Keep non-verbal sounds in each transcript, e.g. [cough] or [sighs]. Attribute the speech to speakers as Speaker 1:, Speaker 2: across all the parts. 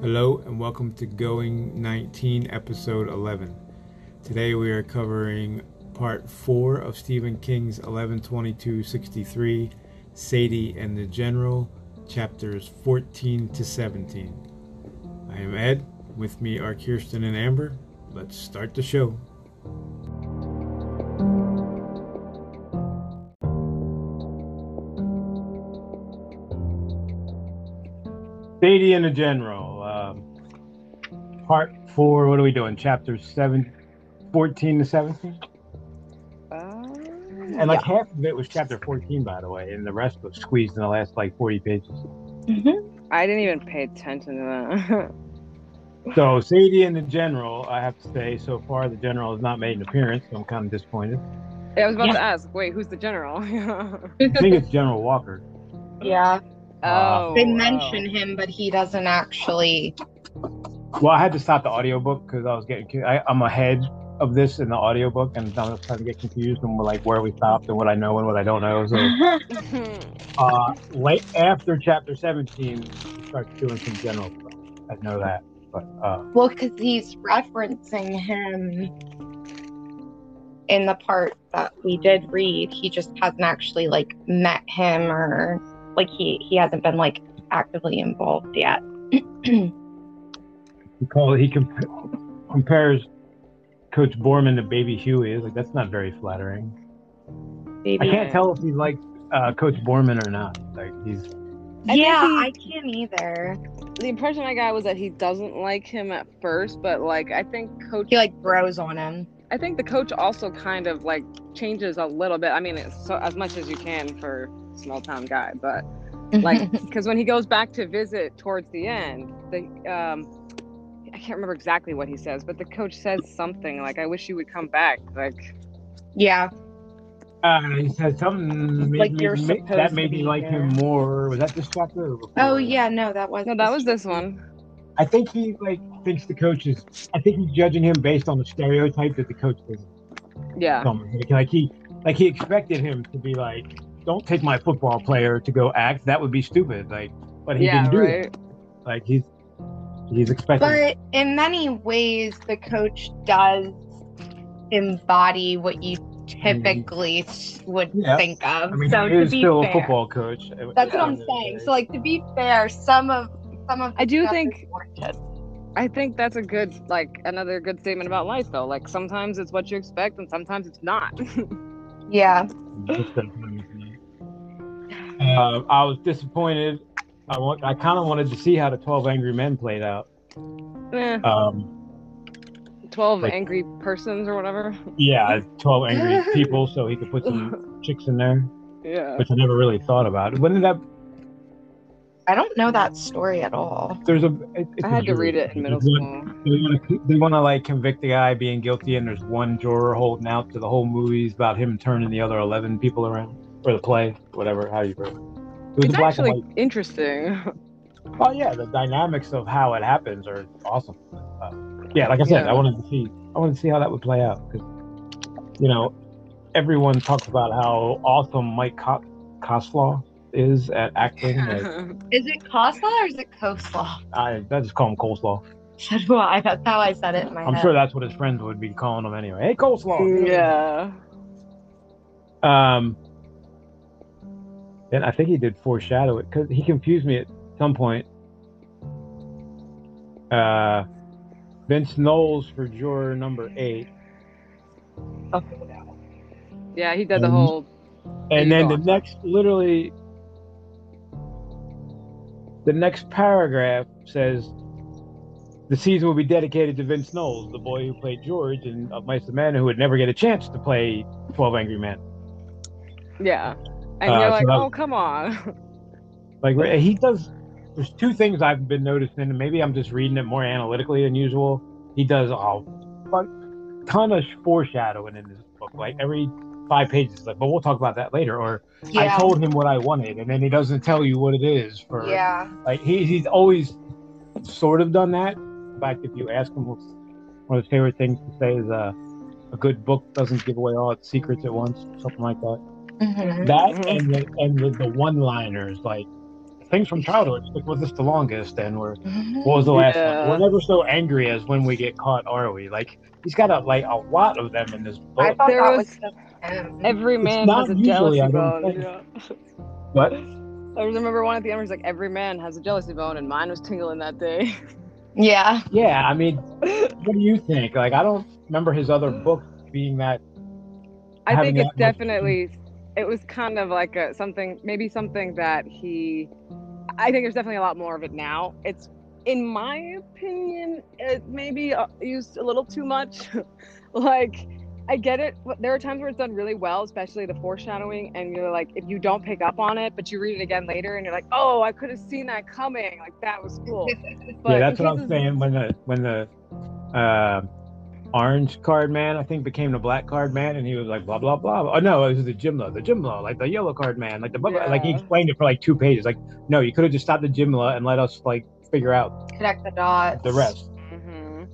Speaker 1: Hello and welcome to Going 19, episode 11. Today we are covering part 4 of Stephen King's 112263, Sadie and the General, chapters 14 to 17. I am Ed, with me are Kirsten and Amber. Let's start the show. Sadie and the General, um, part 4, what are we doing? Chapters 7, 14 to 17?
Speaker 2: Um,
Speaker 1: And like half of it was chapter 14, by the way, and the rest was squeezed in the last like 40 pages.
Speaker 2: I didn't even pay attention to
Speaker 1: So, Sadie and the general, I have to say, so far the general has not made an appearance, so I'm kind of disappointed.
Speaker 2: that. [laughs] I was about to ask, wait, who's the general? [laughs] oh,
Speaker 1: I think it's General Walker.
Speaker 3: Yeah, they
Speaker 2: oh.
Speaker 3: mention
Speaker 2: [laughs]
Speaker 3: him, but he doesn't actually.
Speaker 1: Well, I had to stop the audiobook because I was getting, I, I'm ahead of this in the audiobook, and I was trying to get confused on like where we stopped and what I know and what I don't know. So, uh, late after chapter 17, we start doing some general stuff. I know that, but uh,
Speaker 3: well, because he's referencing him in the part that we did read. He just hasn't actually like met him or like he he hasn't been like actively involved yet.
Speaker 1: he call he comp- compares Coach Borman to Baby Huey. It's like that's not very flattering. I
Speaker 3: Maybe.
Speaker 1: can't tell if he likes uh, Coach Borman or not. Like he's
Speaker 2: I think
Speaker 3: yeah,
Speaker 2: he-
Speaker 3: I can't either.
Speaker 2: the impression I got was that he doesn't like him at first, but like I think coach,
Speaker 3: He like grows on him.
Speaker 2: I think the coach also kind of like changes a little bit. I mean, it's so as much as you can for small town guy, but like because when he goes back to visit towards the end the um i can't remember exactly what he says but the coach says something like i wish you would come back like
Speaker 3: [laughs] yeah,
Speaker 1: uh, he said something made
Speaker 3: Like
Speaker 1: me-
Speaker 3: you're
Speaker 1: ma-
Speaker 3: supposed
Speaker 1: that
Speaker 3: to
Speaker 1: made me
Speaker 3: be
Speaker 1: like him
Speaker 3: there.
Speaker 1: more. Was that this chapter? Or before?
Speaker 3: oh yeah, no, that was
Speaker 2: no that was this one
Speaker 1: I think he like thinks the coach is. I think he's judging him based on the stereotype that the coach is.
Speaker 2: yeah
Speaker 1: Something. Like he, like he expected him to be like, don't take my football player to go act. That would be stupid. Like, but he
Speaker 2: yeah
Speaker 1: didn't do it.
Speaker 2: right
Speaker 1: Like he's he's expecting.
Speaker 3: But in many ways, the coach does embody what you typically s- would
Speaker 1: Yeah.
Speaker 3: think of.
Speaker 1: I mean,
Speaker 3: so
Speaker 1: he
Speaker 3: to
Speaker 1: is
Speaker 3: be
Speaker 1: still
Speaker 3: fair,
Speaker 1: a football coach.
Speaker 3: that's what I'm saying. So like to be fair, some of some of
Speaker 2: I do
Speaker 3: stuff
Speaker 2: think-
Speaker 3: is warranted.
Speaker 2: i think that's a good like another good statement about life though like sometimes it's what you expect and sometimes it's not [laughs]
Speaker 3: yeah,
Speaker 1: Um, I was disappointed. I want. I kind of wanted to see how the Twelve Angry Men played out.
Speaker 2: Eh,
Speaker 1: Um,
Speaker 2: 12
Speaker 1: Like-
Speaker 2: angry persons or whatever [laughs]
Speaker 1: yeah, Twelve Angry People, so he could put some chicks in there,
Speaker 2: yeah
Speaker 1: which I never really thought about. When did that?
Speaker 3: I don't know that story at all.
Speaker 1: There's a. it- it's
Speaker 2: i
Speaker 1: a
Speaker 2: had to
Speaker 1: jury.
Speaker 2: read it in middle
Speaker 1: There's one-
Speaker 2: school
Speaker 1: They want to. They want to like convict the guy being guilty, and there's one juror holding out to the whole movie's about him turning the other eleven people around, or the play, whatever. How you. It was
Speaker 2: it's
Speaker 1: a black and
Speaker 2: actually
Speaker 1: white
Speaker 2: interesting
Speaker 1: Oh yeah, the dynamics of how it happens are awesome. Uh, yeah, like I said,
Speaker 2: Yeah.
Speaker 1: I wanted to see, I wanted to see how that would play out 'cause, you know, everyone talks about how awesome Mike Co- Coslaw is at acting. Like,
Speaker 3: Is it coleslaw or is it coleslaw? [laughs]
Speaker 1: I, I just call him Coleslaw.
Speaker 3: So do I. That's how I said it in my
Speaker 1: I'm
Speaker 3: head.
Speaker 1: sure that's what his friends would be calling him anyway. Hey, Coleslaw.
Speaker 2: [laughs] yeah
Speaker 1: Um, and I think he did foreshadow it because he confused me at some point. Uh, Vince Knowles for juror number eight.
Speaker 2: yeah he did the
Speaker 1: Um,
Speaker 2: whole
Speaker 1: and then the
Speaker 2: Gone.
Speaker 1: next literally the next paragraph says the season will be dedicated to Vince Knowles, the boy who played George in Of Mice and Men, who would never get a chance to play Twelve Angry Men.
Speaker 2: Yeah. And
Speaker 1: Uh,
Speaker 2: you're
Speaker 1: so
Speaker 2: like,
Speaker 1: that-
Speaker 2: oh, come on. [laughs]
Speaker 1: Like where- he does. There's two things I've been noticing, and maybe I'm just reading it more analytically than usual. He does a fuck- ton of foreshadowing in this book, like every five pages. Like, but we'll talk about that later. Or
Speaker 3: Yeah.
Speaker 1: I told him what I wanted, and then he doesn't tell you what it is for
Speaker 3: yeah.
Speaker 1: Like he, he's always sort of done that. In fact, if you ask him, one of his favorite things to say is, uh, "A good book doesn't give away all its secrets at once," something like that.
Speaker 3: Mhm.
Speaker 1: That and the, and the, the one-liners, like things from childhood stick with us the longest, and we're what was the last
Speaker 2: Yeah.
Speaker 1: one? We're never so angry as when we get caught, are we? Like he's got a, like a lot of them in this
Speaker 3: I
Speaker 1: book.
Speaker 3: thought
Speaker 2: There
Speaker 3: that
Speaker 2: was-
Speaker 3: was, just him.
Speaker 2: Every
Speaker 1: It's
Speaker 2: man
Speaker 1: not
Speaker 2: has a
Speaker 1: usually,
Speaker 2: jealousy
Speaker 1: I don't
Speaker 2: bone.
Speaker 1: think.
Speaker 2: you know?
Speaker 1: What?
Speaker 2: I just remember one at the end where he's like, every man has a jealousy bone, and mine was tingling that day.
Speaker 3: yeah.
Speaker 1: Yeah, I mean, what do you think? Like I don't remember his other book being that.
Speaker 2: I
Speaker 1: having
Speaker 2: think
Speaker 1: that
Speaker 2: it's
Speaker 1: much-
Speaker 2: definitely, it was kind of like a something, maybe something that he, I think there's definitely a lot more of it now. It's, in my opinion, it maybe uh, used a little too much. [laughs] like, I get it. but There are times where it's done really well, especially the foreshadowing, and you're like, if you don't pick up on it, but you read it again later, and you're like, oh, I could have seen that coming. Like that was cool. But
Speaker 1: yeah, that's
Speaker 2: in
Speaker 1: what I'm
Speaker 2: cases-
Speaker 1: saying. When the when the uh, orange card man, I think, became the black card man, and he was like blah blah blah. Oh no, it was the Jimla, the Jimla, like the yellow card man, like the blah, blah. like he
Speaker 2: Yeah.
Speaker 1: explained it for like two pages. Like no, you could have just stopped the Jimla and let us like figure out
Speaker 3: Connect the dots.
Speaker 1: the rest.
Speaker 2: hmm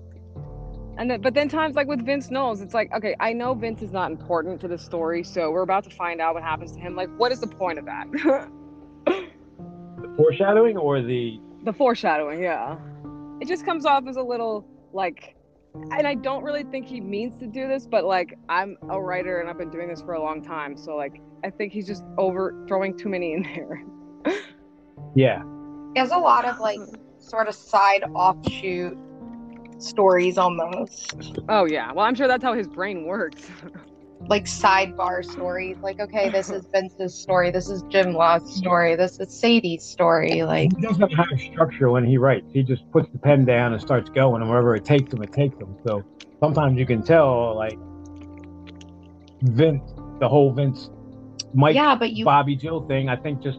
Speaker 2: And then, but then times like with Vince Knowles, it's like, okay, I know Vince is not important to the story, so we're about to find out what happens to him. Like, what is the point of that? [laughs]
Speaker 1: The foreshadowing or the
Speaker 2: the foreshadowing, yeah. It just comes off as a little like, and I don't really think he means to do this, but like, I'm a writer and I've been doing this for a long time, so like, I think he's just over throwing too many in there. [laughs]
Speaker 1: yeah.
Speaker 3: He has a lot of like sort of side offshoot stories almost.
Speaker 2: Oh yeah, well, I'm sure that's how his brain works. [laughs]
Speaker 3: Like sidebar stories. Like, okay, this is Vince's story, this is Jim Law's story, this is Sadie's story. Like
Speaker 1: He doesn't have structure when he writes. He just puts the pen down and starts going, and wherever it takes him, it takes him. So sometimes you can tell, like Vince, the whole Vince, Mike,
Speaker 3: Yeah, but you
Speaker 1: Bobby Jill thing. I think just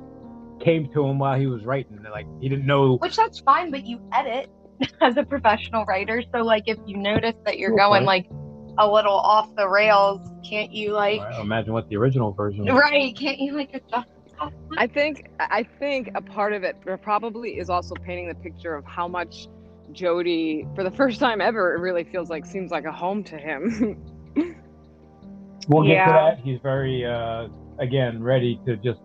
Speaker 1: came to him while he was writing. Like he didn't know.
Speaker 3: which that's fine, but you edit [laughs] as a professional writer. So like if you notice that you're
Speaker 1: Cool point.
Speaker 3: going like a little off the rails, can't you like
Speaker 1: I imagine what the original version. Was.
Speaker 3: right, can't you like adjust that?
Speaker 2: I think I think a part of it probably is also painting the picture of how much Jody, for the first time ever, it really feels like seems like a home to him. [laughs]
Speaker 1: We'll get to
Speaker 3: Yeah.
Speaker 1: that. He's very uh, again ready to just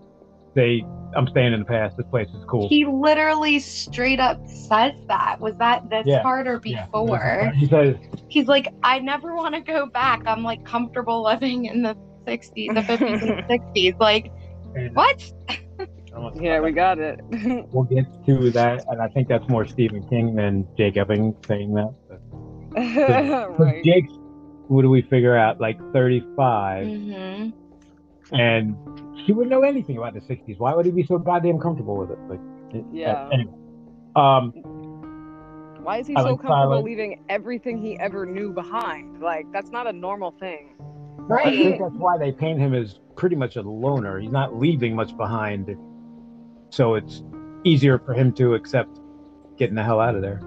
Speaker 1: say, "I'm staying in the past. This place is cool."
Speaker 3: He literally straight up says that. Was that this
Speaker 1: Yeah,
Speaker 3: part or
Speaker 1: Yeah.
Speaker 3: before?
Speaker 1: He says,
Speaker 3: He's like, I never want to go back. I'm like comfortable living in the 60s, the 50s [laughs] and 60s. Like,
Speaker 1: and-
Speaker 3: what?
Speaker 1: I don't want to-
Speaker 2: yeah, we got it. [laughs]
Speaker 1: We'll get to that, and I think that's more Stephen King than Jake Epping saying that. But-
Speaker 2: right.
Speaker 1: Jake, what do we figure out? Like 35,
Speaker 3: Mm-hmm.
Speaker 1: and he wouldn't know anything about the 60s. Why would he be so goddamn comfortable with it? Like, it-
Speaker 2: Yeah.
Speaker 1: Anyway, um,
Speaker 2: Why is he
Speaker 1: I
Speaker 2: so
Speaker 1: like
Speaker 2: comfortable
Speaker 1: silence.
Speaker 2: leaving everything he ever knew behind? Like that's not a normal thing.
Speaker 1: I think
Speaker 3: Right.
Speaker 1: that's why they paint him as pretty much a loner. He's not leaving much behind, so it's easier for him to accept getting the hell out of there.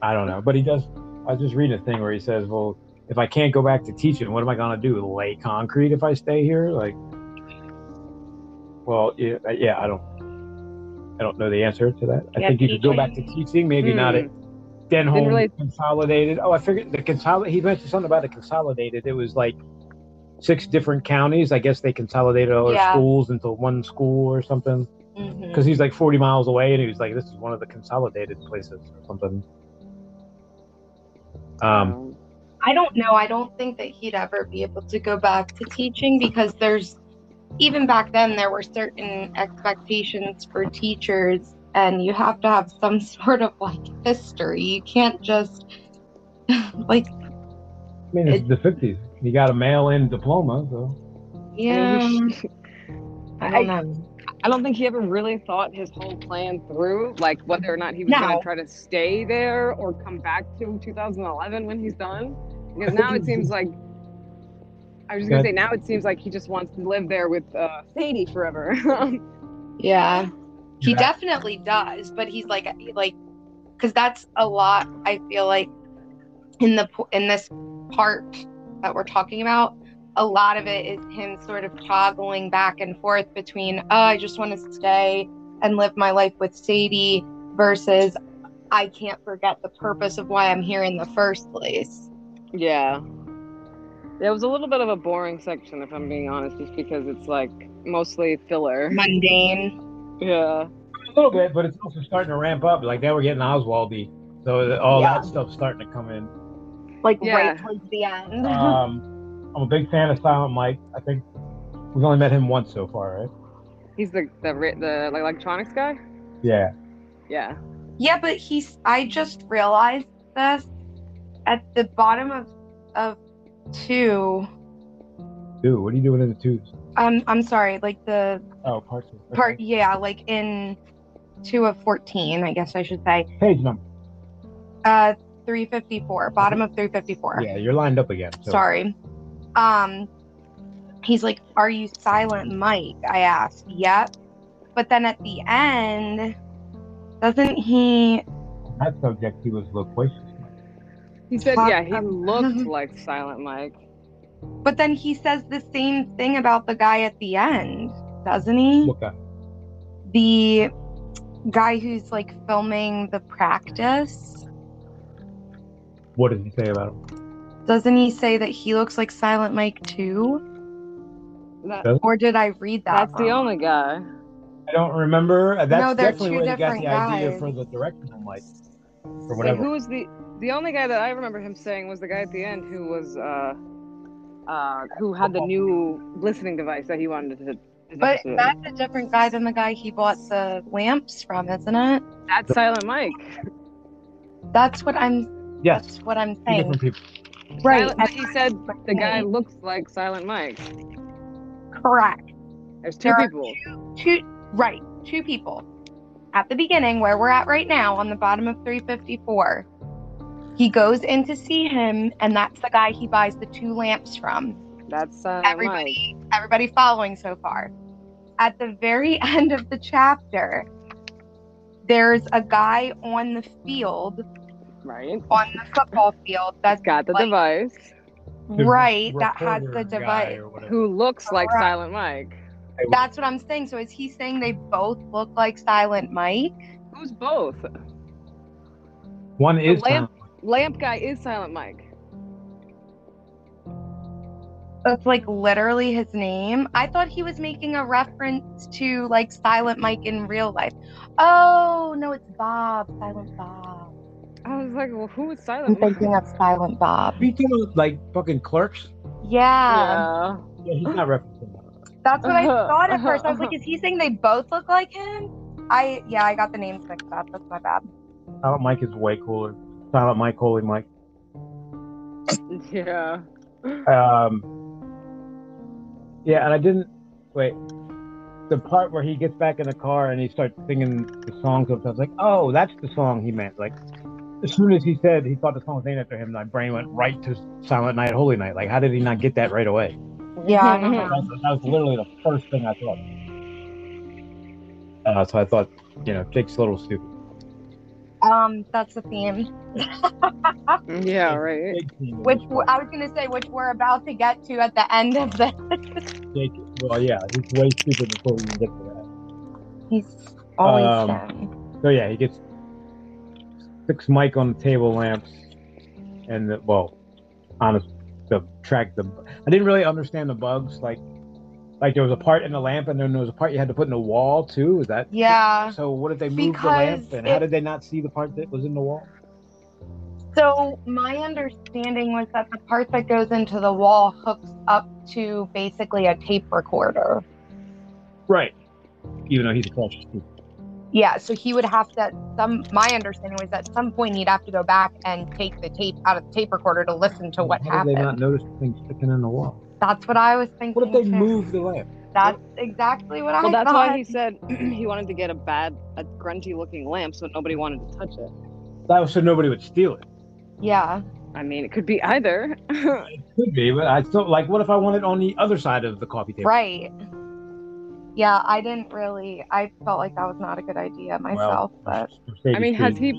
Speaker 1: I don't know, but he does. I was just reading a thing where he says, "Well, if I can't go back to teaching, what am I going to do? Lay concrete if I stay here?" Like, well, yeah, yeah, I don't, I don't know the answer to that. I
Speaker 3: Yeah, Hmm.
Speaker 1: think you could go back to teaching, maybe not at Denholm
Speaker 2: Didn't really-
Speaker 1: consolidated. Oh, I figured the consolidate. He mentioned something about a consolidated. It was like six different counties. I guess they consolidated all their
Speaker 3: Yeah.
Speaker 1: schools into one school or something.
Speaker 3: Mm-hmm.
Speaker 1: Because he's like 40 miles away, and he was like, "This is one of the consolidated places or something." Um,
Speaker 3: I don't know. I don't think that he'd ever be able to go back to teaching because there's, even back then, there were certain expectations for teachers, and you have to have some [laughs] sort of like history. You can't just, [laughs] like,
Speaker 1: I mean, it's the 50s. You got a mail-in diploma, so
Speaker 3: yeah. I don't
Speaker 2: I-
Speaker 3: know.
Speaker 2: I don't think he ever really thought his whole plan through, like whether or not he was
Speaker 3: No.
Speaker 2: going to try to stay there or come back to 2011 when he's done. Because now it seems like I was just going
Speaker 1: Good.
Speaker 2: to say now it seems like he just wants to live there with uh, Sadie forever.
Speaker 3: Yeah. he
Speaker 1: Yeah.
Speaker 3: definitely does but he's like he, like because that's a lot i feel like in the po- in this part that we're talking about a lot of it is him sort of toggling back and forth between oh i just want to stay and live my life with sadie versus i can't forget the purpose of why i'm here in the first place
Speaker 2: yeah. It was a little bit of a boring section, if I'm being honest, just because it's like mostly filler.
Speaker 3: mundane
Speaker 2: Yeah.
Speaker 1: a little bit, but it's also starting to ramp up. Like now we're getting Oswaldy, so that- all that stuff's starting to come in.
Speaker 3: like
Speaker 2: Yeah.
Speaker 3: right towards the end.
Speaker 1: Um, I'm a big fan of Silent Mike. I think we've only met him once so far, right?
Speaker 2: He's the the ri- the like, electronics guy.
Speaker 1: Yeah.
Speaker 2: Yeah.
Speaker 3: Yeah, but he's. I just realized this at the bottom of of two.
Speaker 1: Dude, what are you doing in the twos?
Speaker 3: Um, I'm sorry, like the
Speaker 1: Oh, part two. Okay.
Speaker 3: part. Yeah, like in two of fourteen, I guess I should say.
Speaker 1: page number.
Speaker 3: Uh, three fifty four. Bottom of three fifty four.
Speaker 1: Yeah, you're lined up again. so-
Speaker 3: Sorry. Um, he's like, "Are you silent, Mike?" I asked. Yep. But then at the end, doesn't he?
Speaker 1: On That subject, he was loquacious.
Speaker 2: He said,
Speaker 3: Fuck.
Speaker 2: yeah, he looked like Silent Mike.
Speaker 3: But then he says the same thing about the guy at the end, doesn't he?
Speaker 1: Look, uh,
Speaker 3: The guy who's like filming the practice.
Speaker 1: what does he say about him?
Speaker 3: Doesn't he say that he looks like Silent Mike too?
Speaker 2: That,
Speaker 1: Does-
Speaker 3: Or did I read that?
Speaker 2: that's the
Speaker 3: wrong?
Speaker 2: only guy.
Speaker 1: I don't remember. Uh, That's
Speaker 3: No, they're
Speaker 1: definitely
Speaker 3: two
Speaker 1: where he got the
Speaker 3: different
Speaker 1: idea
Speaker 3: guys.
Speaker 1: for the direction of Mike, or
Speaker 2: Wait,
Speaker 1: whatever.
Speaker 2: who was the the only guy that I remember him saying was the guy at the end who was uh uh who had the new listening device that he wanted to.
Speaker 3: But that's a different guy than the guy he bought the lamps from, isn't it?
Speaker 2: that's Silent Mike.
Speaker 3: That's what I'm.
Speaker 1: yes,
Speaker 3: That's what I'm
Speaker 1: two
Speaker 3: saying.
Speaker 1: different people.
Speaker 3: Right.
Speaker 2: Silent- but he said the guy
Speaker 3: Right.
Speaker 2: looks like Silent Mike.
Speaker 3: Correct.
Speaker 2: There's two
Speaker 3: There are
Speaker 2: people.
Speaker 3: Two. Right. Two people. At the beginning, where we're at right now, on the bottom of 354, he goes in to see him, and that's the guy he buys the two lamps from.
Speaker 2: That's Silent Mike.
Speaker 3: everybody everybody following so far at the very [laughs] end of the chapter there's a guy on the field
Speaker 2: Right.
Speaker 3: on the football field that's
Speaker 2: Got the
Speaker 3: Like-
Speaker 2: device.
Speaker 1: The
Speaker 3: right that has
Speaker 1: reporter
Speaker 3: the
Speaker 1: guy
Speaker 3: device
Speaker 1: or whatever.
Speaker 2: Who looks like
Speaker 3: Correct.
Speaker 2: Silent Mike?
Speaker 3: that's what i'm saying so is he saying they both look like silent mike
Speaker 2: Who's both?
Speaker 1: One is
Speaker 2: lamp- Lamp guy is Silent Mike.
Speaker 3: that's like literally his name i thought he was making a reference to like silent mike in real life oh no it's bob silent bob
Speaker 2: I was like, well, who is
Speaker 3: [laughs] i'm
Speaker 2: Silent Mike?
Speaker 3: thinking of silent bob
Speaker 1: Tom. Are you talking about, like fucking clerks?
Speaker 3: yeah.
Speaker 2: Yeah.
Speaker 1: Yeah, he's not referencing that.
Speaker 3: That's [laughs] what I
Speaker 2: Uh-huh,
Speaker 3: thought at
Speaker 2: uh-huh,
Speaker 3: first. I [laughs] was like, is he saying they both look like him? I yeah, I got the names mixed up. That's my bad.
Speaker 1: Silent Mike is way cooler. Silent Mike, Holy Mike.
Speaker 2: Yeah.
Speaker 1: Um, yeah, and I didn't wait. The part where he gets back in the car and he starts singing the songs up, I was like, "Oh, that's the song he meant." Like, as soon as he said he thought the song was named after him, my brain went right to Silent Night, Holy Night. Like, how did he not get that right away?
Speaker 3: Yeah, I don't
Speaker 1: That
Speaker 3: know.
Speaker 1: was, that was literally the first thing I thought. Uh, so I thought, you know, Jake's a little stupid.
Speaker 3: [laughs] um, that's the theme.
Speaker 2: Yeah, right.
Speaker 3: Which w- I was gonna say, which we're about to get to at the end of the.
Speaker 1: Jake, well, yeah, he's way stupid before we even get to that.
Speaker 3: He's always
Speaker 1: Um,
Speaker 3: down.
Speaker 1: So yeah, he gets six mic on the table lamps, and the, well, on a, the track the. I didn't really understand the bugs. Like, like there was a part in the lamp, and then there was a part you had to put in the wall too. Was that?
Speaker 3: Yeah.
Speaker 1: So what did they move the
Speaker 3: Because
Speaker 1: lamp, and how
Speaker 3: it-
Speaker 1: did they not see the part that was in the wall?
Speaker 3: So my understanding was that the part that goes into the wall hooks up to basically a tape recorder.
Speaker 1: Right. Even though he's a cautious kid.
Speaker 3: Yeah, so he would have to. Some my understanding was at some point he'd have to go back and take the tape out of the tape recorder to listen to what
Speaker 1: how
Speaker 3: happened.
Speaker 1: did they not notice the thing sticking in the wall?
Speaker 3: That's what I was thinking.
Speaker 1: What if they
Speaker 3: too.
Speaker 1: moved the lamp?
Speaker 3: That's exactly what I
Speaker 2: Well, that's
Speaker 3: thought.
Speaker 2: why he said [clears throat] he wanted to get a bad, a grunty looking lamp so nobody wanted to touch it.
Speaker 1: That was so nobody would steal it.
Speaker 3: yeah,
Speaker 2: I mean, it could be either. [clears throat]
Speaker 1: Could be, but I still like. What if I want it on the other side of the coffee table?
Speaker 3: right. Yeah, I didn't really. I felt like that was not a good idea myself,
Speaker 1: [laughs]
Speaker 3: but
Speaker 2: I mean, has he-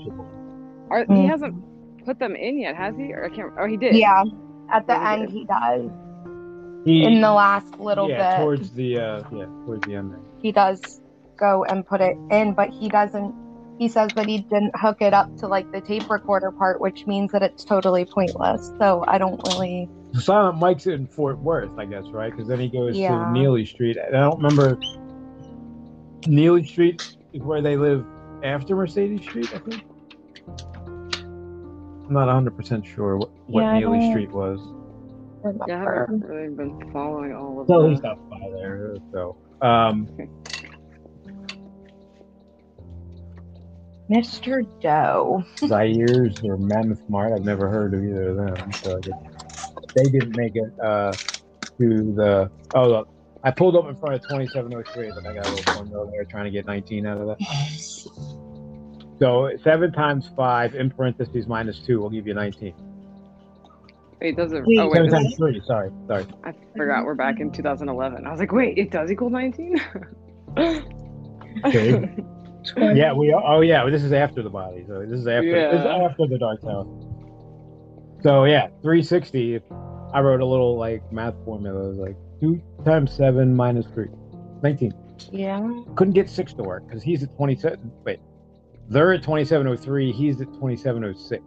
Speaker 2: Or, he
Speaker 3: Mm.
Speaker 2: hasn't put them in yet, has he? Or I can't. Or he did.
Speaker 3: yeah. At the
Speaker 2: Yeah, he
Speaker 3: end,
Speaker 2: did.
Speaker 3: he does.
Speaker 1: He-
Speaker 3: In the last little
Speaker 1: yeah,
Speaker 3: bit,
Speaker 1: towards the uh, yeah, towards the end there.
Speaker 3: he does go and put it in, but he doesn't. He says that he didn't hook it up to like the tape recorder part, which means that it's totally pointless. So I don't really.
Speaker 1: So Silent Mike's in Fort Worth, I guess, right? Because then he goes
Speaker 3: Yeah.
Speaker 1: to Neely Street, and I don't remember Neely Street is where they live after Mercedes Street, I think. I'm not 100% sure what, what
Speaker 3: Yeah, I
Speaker 1: Neely
Speaker 3: don't-
Speaker 1: Street was.
Speaker 2: Yeah, I
Speaker 3: Remember.
Speaker 2: haven't really been following all of
Speaker 1: So he
Speaker 2: that.
Speaker 1: stopped by there. So, um,
Speaker 3: Mr. Doe.
Speaker 1: Zaires or Mammoth Mart. I've never heard of either of them. So I guess they didn't make it uh, to the. Oh, look. I pulled up in front of 2703, but I got a little formula there trying to get 19 out of that. So 7 times 5 in parentheses minus 2 will give you 19.
Speaker 2: Wait, does it?
Speaker 3: Wait,
Speaker 1: 7
Speaker 2: Oh wait, does
Speaker 1: times
Speaker 2: it-
Speaker 1: 3, sorry. Sorry.
Speaker 2: I forgot. We're back in 2011. I was like, wait, it does equal 19.
Speaker 1: Okay. Yeah, we are. Oh, yeah. This is after the body. So this is after, this is
Speaker 2: Yeah.
Speaker 1: after the Dark Tower. So, yeah, 360. I wrote a little like math formula. It was like 2 times 7 minus 3. 19.
Speaker 3: Yeah.
Speaker 1: couldn't get six to work because he's at 27 wait they're at 2703 he's at 2706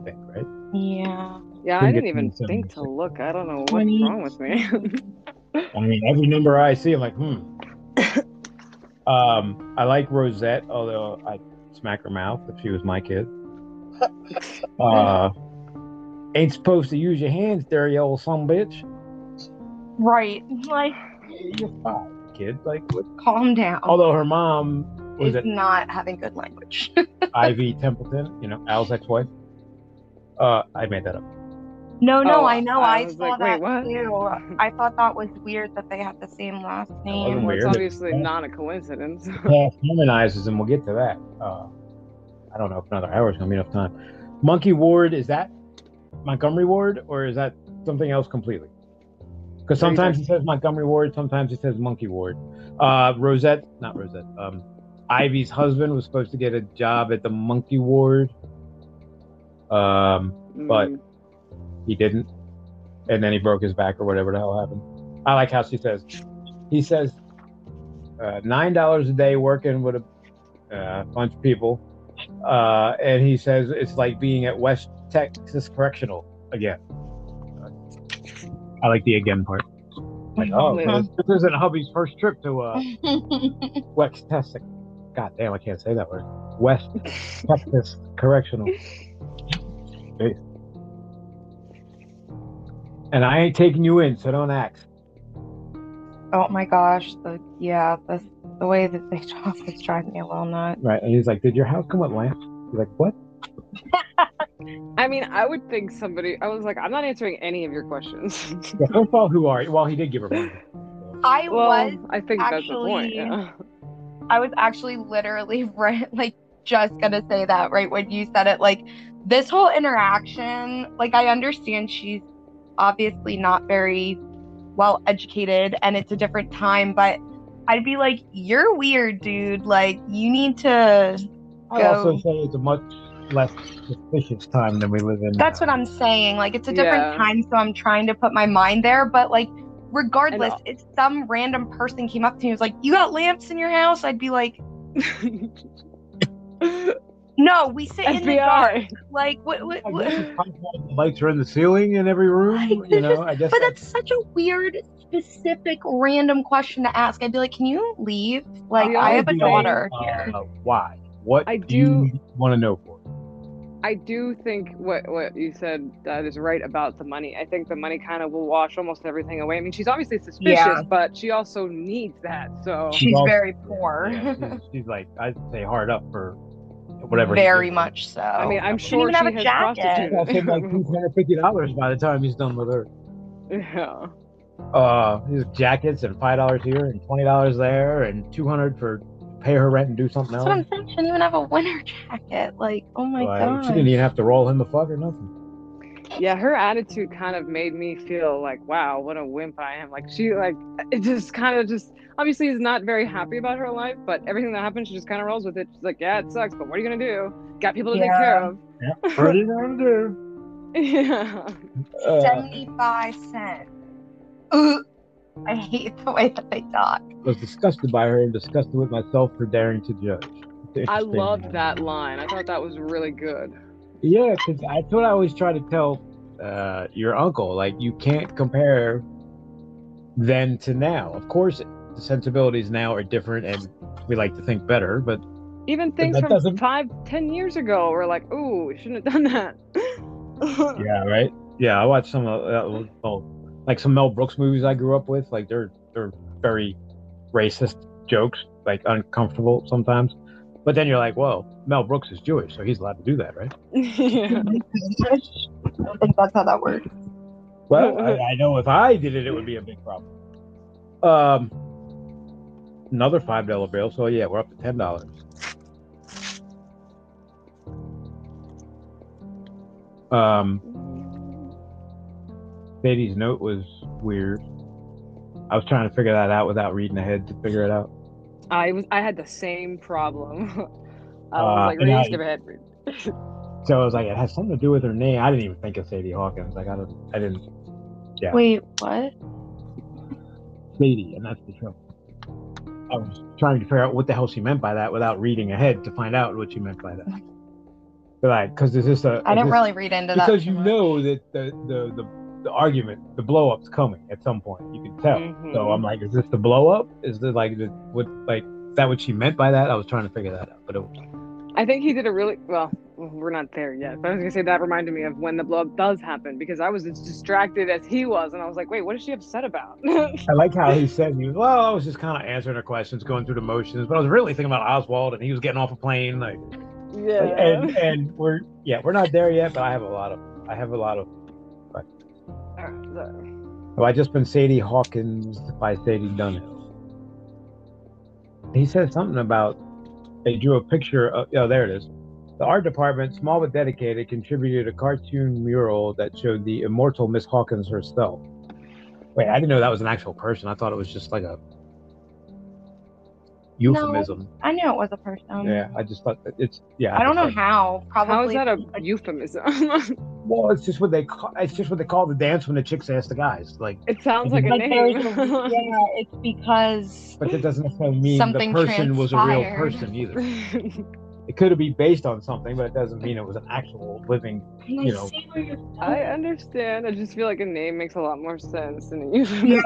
Speaker 1: i think right
Speaker 3: Yeah.
Speaker 2: [laughs] yeah, I
Speaker 1: Couldn't
Speaker 2: didn't
Speaker 1: get
Speaker 2: even
Speaker 1: 27.
Speaker 2: think to look. I don't know what's
Speaker 3: 20.
Speaker 2: wrong with me. [laughs]
Speaker 1: i mean every number i see i'm like hmm um i like rosette although i smack her mouth if she was my kid uh ain't supposed to use your hands there you old son bitch
Speaker 3: Right. Like,
Speaker 1: you're five kid like what?
Speaker 3: calm down.
Speaker 1: although her mom was
Speaker 3: He's [laughs]
Speaker 1: at
Speaker 3: not having good language. [laughs]
Speaker 1: ivy templeton you know al's ex-wife uh i made that up
Speaker 3: no, no,
Speaker 2: Oh,
Speaker 3: I know.
Speaker 2: I
Speaker 3: I,
Speaker 2: was
Speaker 3: saw
Speaker 2: like, wait,
Speaker 3: that
Speaker 2: what?
Speaker 3: too. I thought that was weird that they had the same last name.
Speaker 2: well, it's
Speaker 1: Weird.
Speaker 2: obviously not a coincidence. [laughs]
Speaker 1: Yeah, harmonizes, and we'll get to that. Uh, I don't know if another hour is going to be enough time. Monkey Ward is that Montgomery Ward, or is that something else completely? Because sometimes it says Montgomery Ward, sometimes it says Monkey Ward. Uh, Rosette, not Rosette. Um, Ivy's husband was supposed to get a job at the Monkey Ward. Um, But-
Speaker 2: Mm,
Speaker 1: he didn't and then he broke his back or whatever the hell happened i like how she says he says uh, nine dollars a day working with a uh, bunch of people uh, and he says it's like being at west texas correctional again i like the again part like oh this, this isn't hubby's first trip to
Speaker 3: [laughs]
Speaker 1: uh, west texas god damn i can't say that word west texas correctional and i ain't taking you in so don't act
Speaker 3: oh my gosh. The, yeah, the, the way that they [laughs] talk is driving me a little nuts.
Speaker 1: Right. And he's like, Did your house come with lamps? He's like, What?
Speaker 2: I mean, I would think somebody. I was like, I'm not answering any of your questions. [laughs]
Speaker 1: Yeah, first of all, who are you? Well, he did give her money.
Speaker 3: I
Speaker 2: well,
Speaker 3: was
Speaker 2: I think that's the point.
Speaker 3: actually-
Speaker 2: Yeah.
Speaker 3: I was actually literally [laughs] right, like just gonna say that right when you said it. Like this whole interaction, like I understand she's obviously not very well educated and it's a different time, but I'd be like, You're weird, dude. Like you need to
Speaker 1: I
Speaker 3: Go.
Speaker 1: also say it's a much less suspicious time than we live in.
Speaker 3: that's
Speaker 1: now.
Speaker 3: what I'm saying. Like it's a different
Speaker 2: Yeah.
Speaker 3: time, so I'm trying to put my mind there, but like regardless,
Speaker 2: I'll-
Speaker 3: if some random person came up to me and was like, You got lamps in your house, I'd be like, [laughs] No, we sit in the dark.
Speaker 2: FBI.
Speaker 3: Like what what,
Speaker 1: I
Speaker 3: what?
Speaker 1: guess it's kind of like the lights are in the ceiling in every room.
Speaker 3: Like,
Speaker 1: you
Speaker 3: this
Speaker 1: know,
Speaker 3: is-
Speaker 1: I guess.
Speaker 3: [laughs] But that's such a weird, specific, random question to ask. I'd be like, "Can you leave? Like,
Speaker 2: Yeah,
Speaker 3: I have
Speaker 1: would
Speaker 3: a
Speaker 1: be
Speaker 3: daughter
Speaker 1: like,
Speaker 3: here."
Speaker 1: uh, why? What
Speaker 2: I
Speaker 1: do you want to know for?
Speaker 2: I do think what what you said that is right about the money. I think the money kind of will wash almost everything away. I mean, she's obviously suspicious,
Speaker 3: Yeah.
Speaker 2: but she also needs that. So
Speaker 3: She's
Speaker 1: Well,
Speaker 3: very poor, [laughs]
Speaker 1: Yeah, she's, she's like, I'd say hard up for whatever. he
Speaker 3: very
Speaker 1: did.
Speaker 3: much so.
Speaker 2: I mean, I'm
Speaker 3: She
Speaker 2: sure
Speaker 3: didn't
Speaker 2: she
Speaker 3: even
Speaker 2: has
Speaker 3: have a
Speaker 1: I'll
Speaker 3: jacket.
Speaker 2: prostitutes.
Speaker 1: send
Speaker 2: [laughs]
Speaker 1: like two hundred fifty dollars by the time he's done with her.
Speaker 2: yeah.
Speaker 1: uh his jackets and five dollars here and twenty dollars there and two hundred for pay her rent and do something
Speaker 3: That's
Speaker 1: else.
Speaker 3: what I'm saying. She didn't even have a winter jacket. Like, oh my
Speaker 1: Like, she didn't
Speaker 3: god.
Speaker 1: even have to roll him the fuck or
Speaker 3: [laughs]
Speaker 1: nothing.
Speaker 2: Yeah, her attitude kind of made me feel like, wow, what a wimp I am. Like she like it just kind of just obviously is not very happy about her life, but everything that happens, she just kind of rolls with it. She's like, yeah, it sucks, but what are you gonna do? Got people to take care of. [laughs]
Speaker 1: What do you want to do?
Speaker 2: yeah.
Speaker 1: Uh,
Speaker 3: Seventy-five cents. Ooh, I hate the way that they talk.
Speaker 1: was disgusted by her and disgusted with myself for daring to judge. It's an
Speaker 2: I
Speaker 1: interesting-
Speaker 2: loved that line. I thought that was really good.
Speaker 1: Yeah, because that's what I always try to tell uh, your uncle. Like, you can't compare then to now. Of course, the sensibilities now are different, and we like to think better. But
Speaker 2: Even things
Speaker 1: that
Speaker 2: from
Speaker 1: doesn't-
Speaker 2: five, ten years ago were like, ooh, we shouldn't have done that.
Speaker 1: yeah, right. Yeah, I watched some of uh, well, like some Mel Brooks movies I grew up with. Like they're they're very racist jokes, like uncomfortable sometimes. But then you're like, whoa, Mel Brooks is Jewish, so he's allowed to do that, right?
Speaker 2: [laughs] yeah.
Speaker 3: I don't think that's how that works.
Speaker 1: Well, I, I know if I did it, it would be a big problem. Um, another five dollar bill. So yeah, we're up to ten dollars. Um, Sadie's note was weird. I was trying to figure that out without reading ahead to figure it out.
Speaker 2: I was I had the same problem. [laughs] I
Speaker 1: Uh,
Speaker 2: was like,
Speaker 1: and
Speaker 2: read,
Speaker 1: I-
Speaker 2: skip ahead.
Speaker 1: So I was like, it has something to do with her name. I didn't even think of Sadie Hawkins. Like I don't, I didn't Yeah.
Speaker 3: Wait, what?
Speaker 1: Sadie, and that's the trouble. I was trying to figure out what the hell she meant by that without reading ahead to find out what she meant by that. But like, because is this a?
Speaker 3: I
Speaker 1: is
Speaker 3: didn't
Speaker 1: this-
Speaker 3: really read into that.
Speaker 1: because
Speaker 3: too
Speaker 1: you
Speaker 3: much.
Speaker 1: know that the the, the the argument, the blow up's coming at some point. You can tell.
Speaker 2: Mm-hmm.
Speaker 1: So I'm like, is this the blow up? Is this like the, what like is that what she meant by that? I was trying to figure that out, but it,
Speaker 2: I think he did a really well. mm, We're not there yet, but I was gonna say that reminded me of when the blow up does happen because I was as distracted as he was, and I was like, wait, what is she upset about? [laughs]
Speaker 1: I like how he said he was. Well, I was just kind of answering her questions, going through the motions, but I was really thinking about Oswald, and he was getting off a plane. Like,
Speaker 2: yeah.
Speaker 1: and and we're yeah, we're not there yet, but I have a lot of I have a lot of
Speaker 2: Alright, so-
Speaker 1: Well, I just been Sadie Hawkins by Sadie Dunhill. He says something about they drew a picture of, oh, there it is. The art department, small but dedicated, contributed a cartoon mural that showed the immortal Miss Hawkins herself. Wait, I didn't know that was an actual person. I thought it was just like a euphemism.
Speaker 3: I knew it was a person.
Speaker 1: Yeah, I just thought that it's, yeah.
Speaker 3: I don't know
Speaker 1: just thought-
Speaker 3: how. Probably.
Speaker 2: How is that a euphemism? [laughs]
Speaker 1: Well, it's just what they call, it's just what they call the dance when the chicks ask the guys. Like,
Speaker 2: it sounds like a
Speaker 3: Like, there's
Speaker 2: name.
Speaker 3: a- yeah, it's because
Speaker 1: but that doesn't necessarily mean
Speaker 3: Something
Speaker 1: the person was a real
Speaker 3: transpired.
Speaker 1: person either. it could have been based on something, but it doesn't mean it was an actual living.
Speaker 3: And I
Speaker 1: You know.
Speaker 3: see where you're
Speaker 2: [laughs] I
Speaker 3: going.
Speaker 2: understand. I just feel like a name makes a lot more sense than a [laughs] euphemism.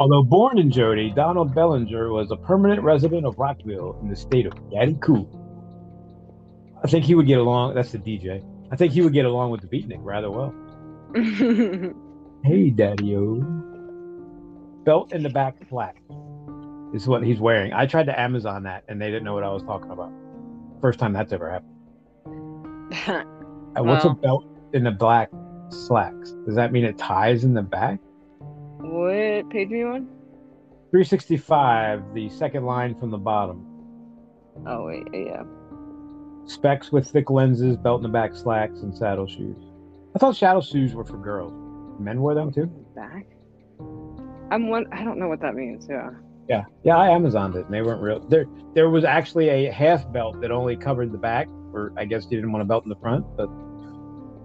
Speaker 1: Although born in Jody, Donald Bellinger was a permanent resident of Rockville in the state of Daddy Cool. I think he would get along. That's the DJ. I think he would get along with the beatnik rather well. Hey, Daddy O. Belt in the back flat is what he's wearing. I tried to Amazon that, and they didn't know what I was talking about. First time that's ever happened. Uh, What's a
Speaker 2: Wow.
Speaker 1: belt in the black slacks? Does that mean it ties in the back?
Speaker 2: [laughs] what page are you on?
Speaker 1: 365, the second line from the bottom.
Speaker 2: Oh wait, yeah.
Speaker 1: Specs with thick lenses, belt in the back slacks, and saddle shoes. I thought saddle shoes were for girls. Men wear them too?
Speaker 2: Back. I'm one. I don't know what that means. Yeah.
Speaker 1: Yeah. Yeah, I Amazoned it and they weren't real. There there was actually a half belt that only covered the back, or I guess you didn't want a belt in the front, but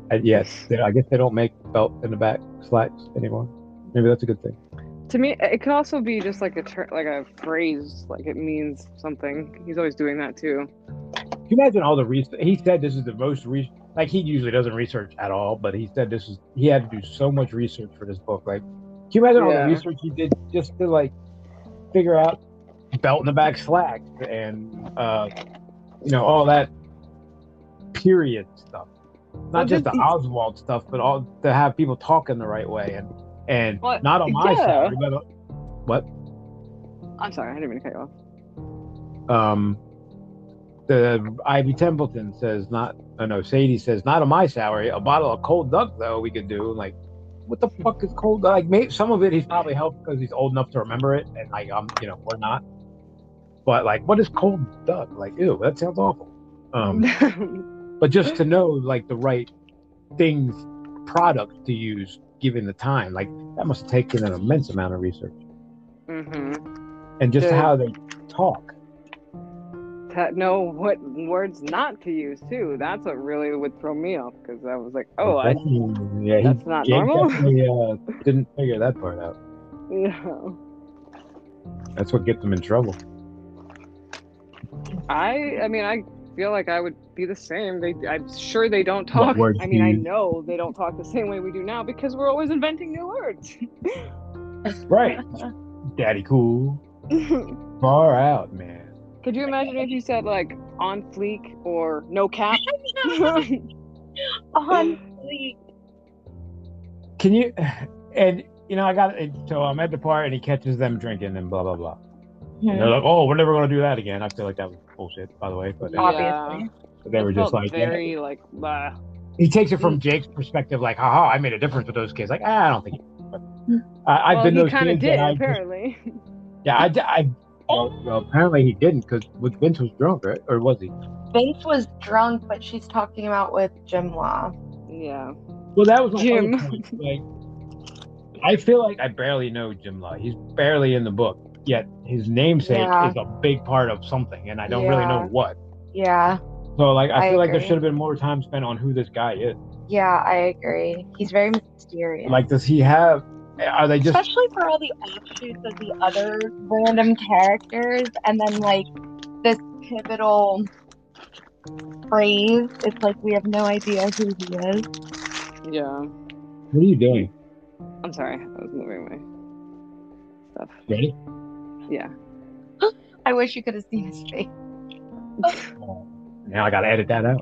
Speaker 1: I, yes, they- I guess they don't make belt in the back slacks anymore. Maybe that's a good thing.
Speaker 2: To me, it could also be just like a ter- like a phrase, like it means something. He's always doing that too.
Speaker 1: Can you imagine all the research? He said this is the most re Like he usually doesn't research at all, but he said this is he had to do so much research for this book. Like, can you imagine all
Speaker 2: Yeah.
Speaker 1: the research he did just to like figure out belt in the back slack and uh, you know all that period stuff, not
Speaker 2: Well,
Speaker 1: just the
Speaker 2: did he-
Speaker 1: Oswald stuff, but all to have people talking the right way and and
Speaker 2: Well,
Speaker 1: not on my
Speaker 2: yeah.
Speaker 1: side, but on-
Speaker 2: I'm sorry, I didn't mean to cut you off.
Speaker 1: um the Ivy Templeton says not oh no Sadie says not on my salary a bottle of cold duck though we could do like what the fuck is cold duck like maybe some of it he's probably helped because he's old enough to remember it and like I'm you know we're not but like what is cold duck like ew that sounds awful
Speaker 2: [laughs]
Speaker 1: um but just to know like the right things products to use given the time like that must have taken an immense amount of research
Speaker 2: mm-hmm.
Speaker 1: and just
Speaker 2: Yeah.
Speaker 1: how they talk
Speaker 2: To know what words not to use too. That's what really would throw me off because I was like, oh, I,
Speaker 1: Definitely, yeah he
Speaker 2: that's not
Speaker 1: Yeah,
Speaker 2: normal. [laughs]
Speaker 1: definitely, uh, didn't figure that part out.
Speaker 2: no.
Speaker 1: That's what gets them in trouble.
Speaker 2: I I mean I feel like I would be the same. They I'm sure they don't talk.
Speaker 1: words
Speaker 2: I
Speaker 1: do
Speaker 2: mean
Speaker 1: you
Speaker 2: I
Speaker 1: use?
Speaker 2: know they [laughs] don't talk the same way we do now because we're always inventing new words.
Speaker 1: Right. Daddy cool. Far out, man.
Speaker 2: [laughs] Could you imagine if you said like on fleek or no cap? [laughs] That's
Speaker 3: Honestly,
Speaker 1: Can you? [sighs] And you know, I got it. So I'm at the bar, and he catches them drinking and blah blah blah. And they're like, "Oh, we're never gonna do that again." I feel like that was bullshit, by the way. But
Speaker 2: Yeah.
Speaker 3: hmm, obviously.
Speaker 1: they were just
Speaker 2: Oh,
Speaker 1: like,
Speaker 2: felt
Speaker 1: yeah.
Speaker 2: very like blah.
Speaker 1: he takes it from Jake's perspective, like, "Haha, I made a difference with those kids." Like, ah, I don't think. I, I've
Speaker 2: well,
Speaker 1: been
Speaker 2: he
Speaker 1: those
Speaker 2: kind of
Speaker 1: kids.
Speaker 2: did
Speaker 1: and I just-
Speaker 2: apparently. [laughs]
Speaker 1: Yeah, I, d- I- well, well, apparently he didn't because Vince was drunk, right? Or was he?
Speaker 3: Vince was drunk, but she's talking about with Jim Law.
Speaker 2: yeah.
Speaker 1: Well, that was my
Speaker 2: Jim.
Speaker 1: other point, Like, I feel like I barely know Jim Law. He's barely in the book, yet his namesake
Speaker 3: Yeah.
Speaker 1: is a big part of something, and I don't really know
Speaker 3: Yeah.
Speaker 1: what.
Speaker 3: Yeah,
Speaker 1: So, like, I,
Speaker 3: I
Speaker 1: feel like there
Speaker 3: agree.
Speaker 1: should have been more time spent on who this guy is.
Speaker 3: yeah, I agree. He's very mysterious.
Speaker 1: Like, does he have? Are they just?
Speaker 3: especially for all the offshoots of the other random characters and then like this pivotal phrase it's like we have no idea who he is
Speaker 2: Yeah.
Speaker 1: What are you doing?
Speaker 2: I'm sorry. I was moving my stuff.
Speaker 1: Ready?
Speaker 2: Yeah.
Speaker 3: i wish you could have seen his face
Speaker 1: Oh, Now I gotta edit that out.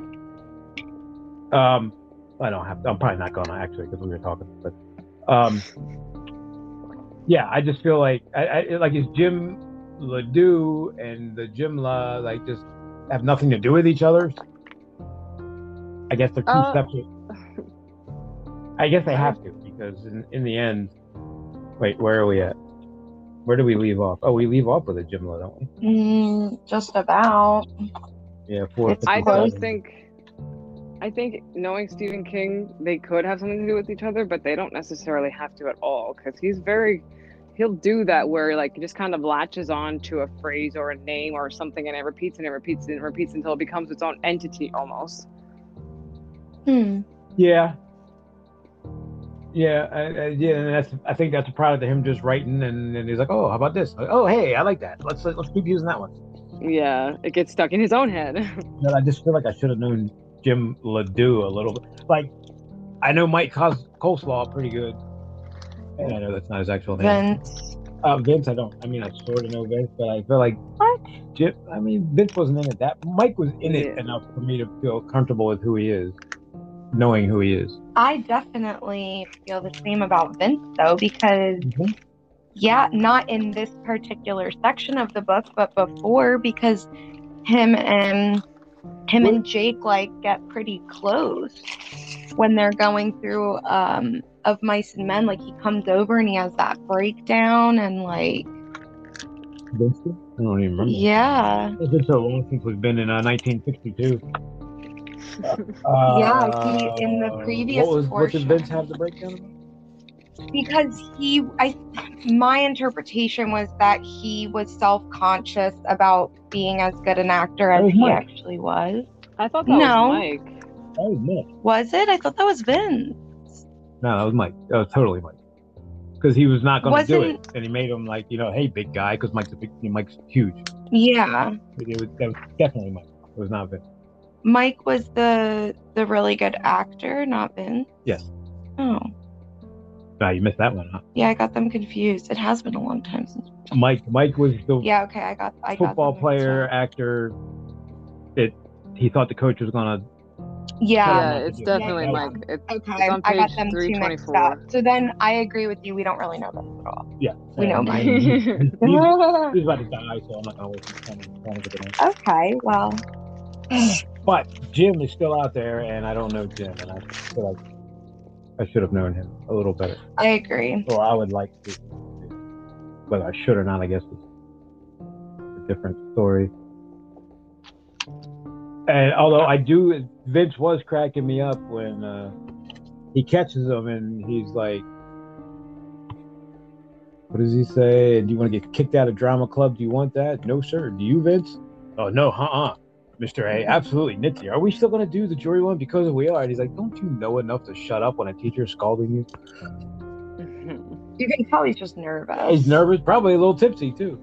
Speaker 1: Um, I don't have. I'm probably not gonna actually because we were talking. But, um, yeah, I just feel like I, I it- like is Jim Ledoux and the Jim La like just have nothing to do with each other. I guess they're two
Speaker 2: Uh,
Speaker 1: separate. I guess they have to because in, in the end, wait, where are we at? Where do we leave off? Oh, we leave off with a Jim La, don't we?
Speaker 3: mm, just about
Speaker 1: Yeah, four.
Speaker 3: It's
Speaker 2: I
Speaker 3: Of course.
Speaker 2: don't think. I think knowing Stephen King, they could have something to do with each other, but they don't necessarily have to at all. Because he's very, he'll do that where like he just kind of latches on to a phrase or a name or something, and it repeats and it repeats and it repeats until it becomes its own entity almost.
Speaker 3: Hmm.
Speaker 1: Yeah. Yeah, I, I, yeah, and that's. I think that's a product of him just writing, and, and he's like, "Oh, how about this? Like, oh, hey, I like that. Let's let's keep using that one."
Speaker 2: Yeah, it gets stuck in his own head. [laughs]
Speaker 1: But I just feel like I should have known Jim Ledoux a little bit. Like, I know Mike Cos- Coleslaw pretty good, and I know that's not his actual name.
Speaker 3: vince
Speaker 1: Uh, Vince, I don't. I mean, I sort of know Vince, but I feel like what? Jim, I mean, Vince wasn't in it. That Mike was in it
Speaker 2: Yeah.
Speaker 1: enough for me to feel comfortable with who he is, knowing who he is.
Speaker 3: i definitely feel the same about vince though because yeah not in this particular section of the book but before because him and him and jake like get pretty close when they're going through um of mice and men like he comes over and he has that breakdown and like
Speaker 1: Vince? I don't even remember.
Speaker 3: yeah
Speaker 1: It's been so long since we've been in uh,
Speaker 3: [laughs]
Speaker 1: 1962.
Speaker 3: Yeah, he- in the
Speaker 1: Uh,
Speaker 3: previous
Speaker 1: what was, What did
Speaker 3: portion.
Speaker 1: Vince have the breakdown? about?
Speaker 3: because he i my interpretation was that he was self-conscious about being as good an actor
Speaker 1: That
Speaker 3: as
Speaker 1: was
Speaker 3: he
Speaker 1: Mike.
Speaker 3: actually was
Speaker 2: I thought that
Speaker 3: No.
Speaker 2: was Mike.
Speaker 1: That was Mike.
Speaker 3: was it i thought that was vince
Speaker 1: No, that was Mike. That was totally Mike. Because he was not going to do it,
Speaker 3: Wasn't-
Speaker 1: and he made him like, you know, hey, big guy, because Mike's a big, Mike's huge.
Speaker 3: yeah
Speaker 1: It was, that was definitely Mike. It was not Vince.
Speaker 3: Mike was the the really good actor, not Vince.
Speaker 1: Yes.
Speaker 3: Oh,
Speaker 1: No, you missed that one. Huh?
Speaker 3: yeah, I got them confused. It has been a long time since.
Speaker 1: Mike. Mike was the
Speaker 3: Yeah, okay, I got. I got
Speaker 1: football
Speaker 3: them mixed
Speaker 1: player,
Speaker 3: up.
Speaker 1: actor. That he thought the coach was going to.
Speaker 3: Yeah.
Speaker 2: Yeah,
Speaker 1: Yeah,
Speaker 2: it's
Speaker 1: yeah,
Speaker 2: definitely
Speaker 1: yeah.
Speaker 2: Mike. It's,
Speaker 3: Okay,
Speaker 2: it's on
Speaker 3: I got
Speaker 2: page
Speaker 3: them two mixed
Speaker 2: 324.
Speaker 3: up. So then I agree with you. We don't really know them at
Speaker 1: [laughs]
Speaker 3: all.
Speaker 1: Yeah,
Speaker 3: We know
Speaker 1: And
Speaker 3: Mike. [laughs]
Speaker 1: He, he- he was he was about to die, so I'm not going to waste my time trying to get it in.
Speaker 3: okay, well,
Speaker 1: But Jim is still out there, and I don't know Jim, and I feel like I should have known him a little better,
Speaker 3: I agree.
Speaker 1: or I would like to. Whether I should or not, I guess is a different story. And although I do, Vince was cracking me up when uh, he catches him, and he's like, "What does he say? Do you want to get kicked out of drama club? Do you want that? No, sir. Do you, Vince? Oh no, uh uh Mr. A, absolutely, Nitsy. Are we still going to do the jury one because we are? And he's like, Don't you know enough to shut up when a teacher's scalding you?
Speaker 2: [laughs]
Speaker 3: You can tell he's just nervous.
Speaker 1: He's nervous, probably a little tipsy too.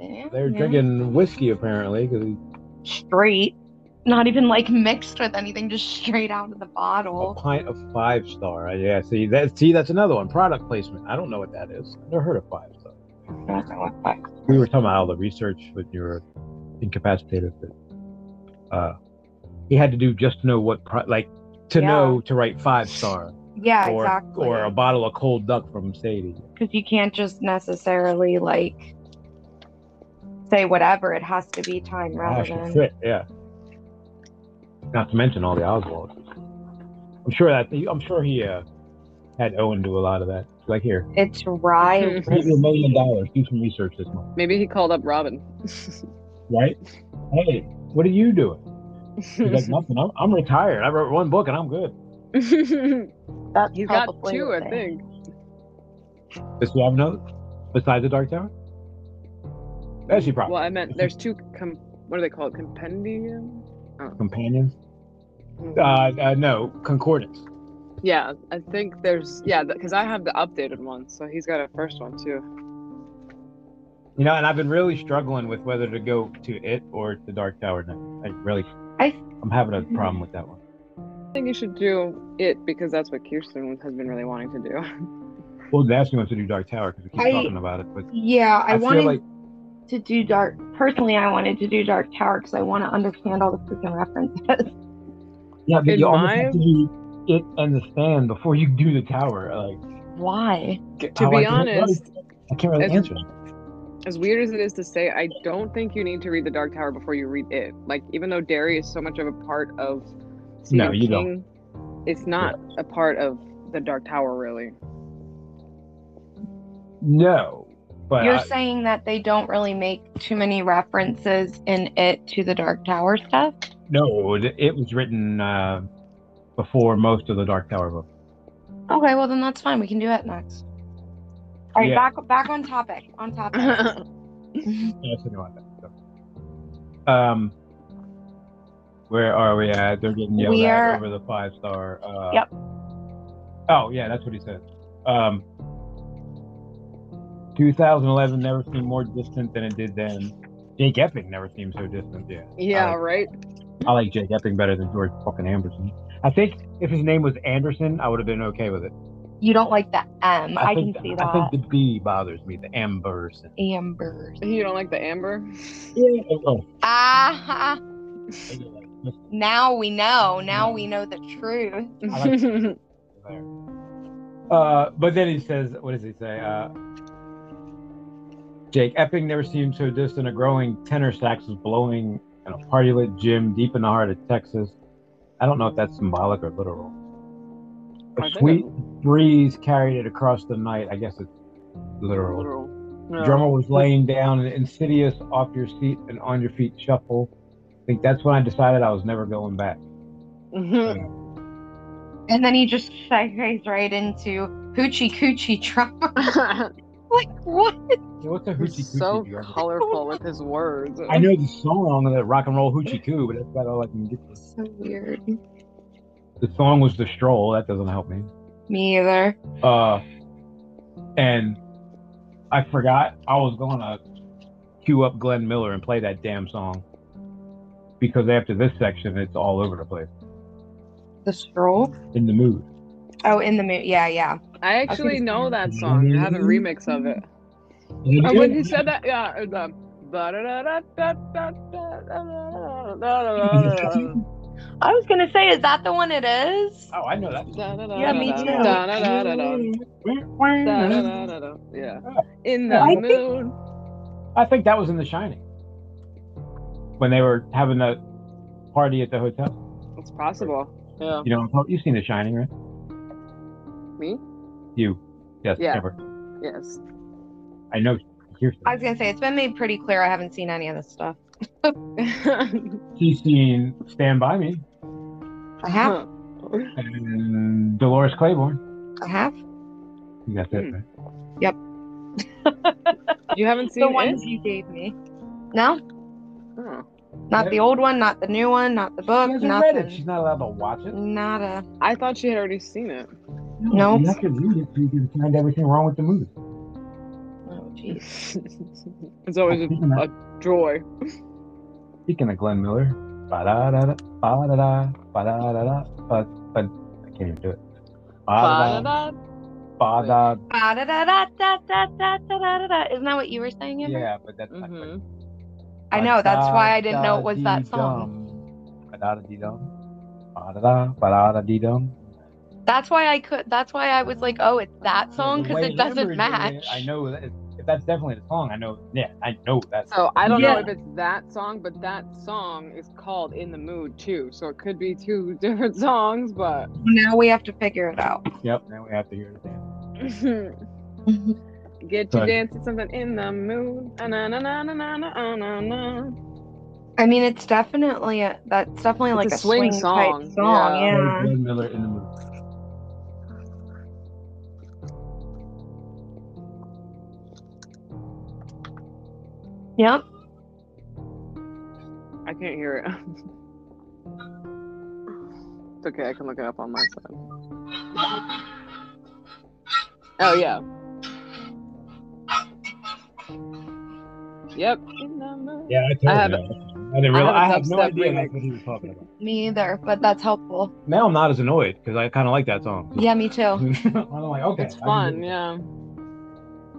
Speaker 3: Yeah,
Speaker 1: They're
Speaker 3: yeah.
Speaker 1: drinking whiskey apparently because he's
Speaker 3: straight, not even like mixed with anything, just straight out of the
Speaker 1: a
Speaker 3: bottle.
Speaker 1: pint of Uh, five star. Yeah, see that. See, that's another one. Product placement. I don't know what that is. I've never heard of five star.
Speaker 3: I wasn't with Buck.
Speaker 1: we were talking about all the research when you were incapacitated but uh he had to do just to know what pro- like to
Speaker 3: Yeah.
Speaker 1: know to write five star
Speaker 3: Yeah,
Speaker 1: or
Speaker 3: exactly.
Speaker 1: or a bottle of cold duck from sadie
Speaker 3: because you can't just necessarily like say whatever. It has to be time
Speaker 1: Gosh,
Speaker 3: relevant.
Speaker 1: shit, yeah not to mention all the oswald i'm sure that i'm sure he uh had owen do a lot of that like here
Speaker 3: It's
Speaker 1: [laughs]
Speaker 3: right.
Speaker 1: here's a million dollars do some research this month
Speaker 2: Maybe he called up Robin.
Speaker 1: right hey what are you doing he's like nothing i'm, I'm retired i wrote one book and i'm good
Speaker 2: [laughs] He's
Speaker 3: That's
Speaker 2: got
Speaker 3: probably
Speaker 2: two,
Speaker 3: the
Speaker 2: I
Speaker 3: thing.
Speaker 2: think.
Speaker 1: Does she have another besides the Dark Tower? Yeah, she probably
Speaker 2: Well, I meant there's two. Com- what are they called? Compendium. Oh.
Speaker 1: companions.
Speaker 2: Mm.
Speaker 1: Uh, uh, no, concordance.
Speaker 2: yeah, I think there's yeah because I have the updated one, so he's got a first one too.
Speaker 1: You know, and I've been really struggling with whether to go to it or the Dark Tower now. I really,
Speaker 3: I-
Speaker 1: I'm having a problem with that one.
Speaker 2: I think you should do it because that's what Kirsten has been really wanting to do.
Speaker 1: Well, Daphne wants to do Dark Tower because we keep
Speaker 3: I-
Speaker 1: talking about it, but
Speaker 3: Yeah, I,
Speaker 1: I,
Speaker 3: wanted
Speaker 1: feel like
Speaker 3: to do Dark. Personally, I wanted to do Dark Tower because I want to understand all the freaking references. [laughs]
Speaker 1: yeah, but
Speaker 2: in
Speaker 1: you almost have
Speaker 2: my-
Speaker 1: to do it and the stand before you do the tower. Like
Speaker 3: Why?
Speaker 2: to
Speaker 1: how
Speaker 2: be
Speaker 1: I can't really-
Speaker 2: honest,
Speaker 1: I can't really
Speaker 2: it's-
Speaker 1: answer.
Speaker 2: as weird as it is to say, I don't think you need to read The Dark Tower before you read it. Like, even though Derry is so much of a part of Stephen
Speaker 1: No, you don't.
Speaker 2: King, it's not a part of The Dark Tower, really.
Speaker 1: No, but
Speaker 3: You're
Speaker 1: I-
Speaker 3: saying that they don't really make too many references in it to the Dark Tower stuff?
Speaker 1: no, it it was written uh, before most of the Dark Tower books.
Speaker 3: Okay, well then that's fine. We can do it next. All right,
Speaker 1: Yeah.
Speaker 3: back back on topic. On topic.
Speaker 1: Yes, I know that. So. Um, where are we at? They're getting yelled
Speaker 3: We
Speaker 1: at
Speaker 3: are-
Speaker 1: over the five star. Uh,
Speaker 3: Yep.
Speaker 1: Oh yeah, that's what he said. Um, 2011 never seemed more distant than it did then. Jake Epping never seemed so distant. Yeah,
Speaker 2: yeah,
Speaker 1: Uh,
Speaker 2: right?
Speaker 1: I like Jake Epping better than George fucking Anderson. I think if his name was Anderson, I would have been okay with it.
Speaker 3: you don't like the M. I, can
Speaker 1: think,
Speaker 3: see
Speaker 1: I think
Speaker 3: that.
Speaker 1: the B bothers me. The Amberson.
Speaker 3: Amber.
Speaker 2: You don't like the amber?
Speaker 1: Yeah. Oh,
Speaker 3: Ah,
Speaker 1: I get it.
Speaker 3: now we know. Now we know the truth.
Speaker 1: I like there. Uh, but then he says, what does he say? Uh, Jake Epping never seemed so distant. A growing tenor sax was blowing in a party lit gym deep in the heart of Texas. I don't know if that's symbolic or literal. A
Speaker 2: I think
Speaker 1: sweet
Speaker 2: it's
Speaker 1: breeze carried it across the night. I guess it's literal.
Speaker 2: literal. No.
Speaker 1: Drummer was laying down an insidious off your seat and on your feet shuffle. I think that's when I decided I was never going back.
Speaker 2: Mhm.
Speaker 3: And then he just segues right into Hoochie Coochie Trump. [laughs] like what?
Speaker 1: Yeah, What's a hoochie
Speaker 2: He's so
Speaker 1: coochie drummer?
Speaker 2: colorful with his words.
Speaker 1: I know the song that rock and roll hoochie coo, but that's about all I can get.
Speaker 3: So weird.
Speaker 1: The song was the stroll. That doesn't help me.
Speaker 3: Me either.
Speaker 1: Uh, and I forgot I was gonna cue up Glenn Miller and play that damn song because after this section, it's all over the place.
Speaker 3: The stroll.
Speaker 1: In the mood.
Speaker 3: Oh, in the mood. Yeah, yeah.
Speaker 2: I actually know that song. I have a remix of it. Oh, when he said that, yeah. it was, um,
Speaker 3: I was gonna say, is that the one it is?
Speaker 1: Oh, I know that.
Speaker 3: Yeah, me too.
Speaker 2: Da-da-da-da-da. Da-da-da-da-da. Yeah. In the
Speaker 3: I think-
Speaker 2: moon.
Speaker 1: I think that was in The Shining when they were having that party at the hotel.
Speaker 2: It's possible. Yeah.
Speaker 1: You know, you've seen The Shining, right?
Speaker 2: Me?
Speaker 1: You. Yes,
Speaker 2: Yeah.
Speaker 1: Amber.
Speaker 2: Yes. [laughs]
Speaker 1: I know. Kirsten.
Speaker 3: I was gonna say it's been made pretty clear. I haven't seen any of this stuff.
Speaker 1: She's seen Stand By Me
Speaker 3: I have.
Speaker 1: and Dolores Claiborne.
Speaker 3: I have.
Speaker 1: You got that
Speaker 2: Hmm.
Speaker 1: right.
Speaker 2: you haven't seen it?
Speaker 3: you gave me. No,
Speaker 2: Oh.
Speaker 3: not the old one, not the new one, not the book,
Speaker 1: She hasn't read it. She's
Speaker 3: nothing.
Speaker 1: not allowed to watch
Speaker 2: Mm,
Speaker 1: it.
Speaker 3: Not a.
Speaker 2: I thought she had already seen it. [laughs]
Speaker 3: No.
Speaker 1: You have to read it so you can find everything wrong with the movie.
Speaker 3: Oh, jeez.
Speaker 2: it's
Speaker 3: [laughs]
Speaker 2: always a
Speaker 1: Speaking of,
Speaker 2: joy.
Speaker 1: speaking of Glenn Miller, ba-da-da-da, ba-da-da, ba-da-da-da, ba- ba- I can't even do it. Ba-da-da,
Speaker 2: Ba-da-da,
Speaker 1: Ba da.
Speaker 3: Ba da da da da da da da da da. Isn't that what you were saying? Amber?
Speaker 1: Yeah, but that's not good.
Speaker 2: Mm-hmm.
Speaker 3: I know. That's why I didn't know it was that song.
Speaker 1: Ba da da dee dum. Ba da da. Ba da da dee dum.
Speaker 3: That's why I could. That's why I was like, oh, it's that song because it doesn't match.
Speaker 1: I know that. If that's definitely the song, I know. Yeah, I know that's.
Speaker 2: So I don't know
Speaker 3: Yeah.
Speaker 2: if it's that song, but that song is called "In the Mood" too. So it could be two [laughs] different songs, but [laughs]
Speaker 3: Now we have to figure it out.
Speaker 1: Yep. Now we have to hear it again.
Speaker 3: Mm-hmm.
Speaker 2: get you
Speaker 1: Sorry.
Speaker 2: dancing something in the mood. Ah, na, na, na, na, na, na, ah, na, na.
Speaker 3: I mean, it's definitely a, that's definitely
Speaker 2: It's
Speaker 3: like
Speaker 2: a
Speaker 3: a,
Speaker 2: swing
Speaker 3: swing,
Speaker 2: song,
Speaker 3: Type song.
Speaker 2: yeah.
Speaker 3: Yeah.
Speaker 1: Glenn Miller in the movie.
Speaker 3: Yep.
Speaker 2: I can't hear it. [laughs] it's okay, I can look it up on my phone. Oh yeah. Yep. In the mood.
Speaker 1: Yeah, I totally.
Speaker 2: I have-
Speaker 1: know. I didn't realize. I,
Speaker 2: have
Speaker 1: had
Speaker 2: a
Speaker 1: no
Speaker 2: dubstep
Speaker 1: idea
Speaker 2: remix.
Speaker 1: that's what he was talking about.
Speaker 3: Me either, but that's helpful.
Speaker 1: Now I'm not as annoyed because I kind of like that song.
Speaker 3: Yeah, me
Speaker 1: [laughs]
Speaker 3: too.
Speaker 1: I'm like, okay.
Speaker 2: It's fun, yeah.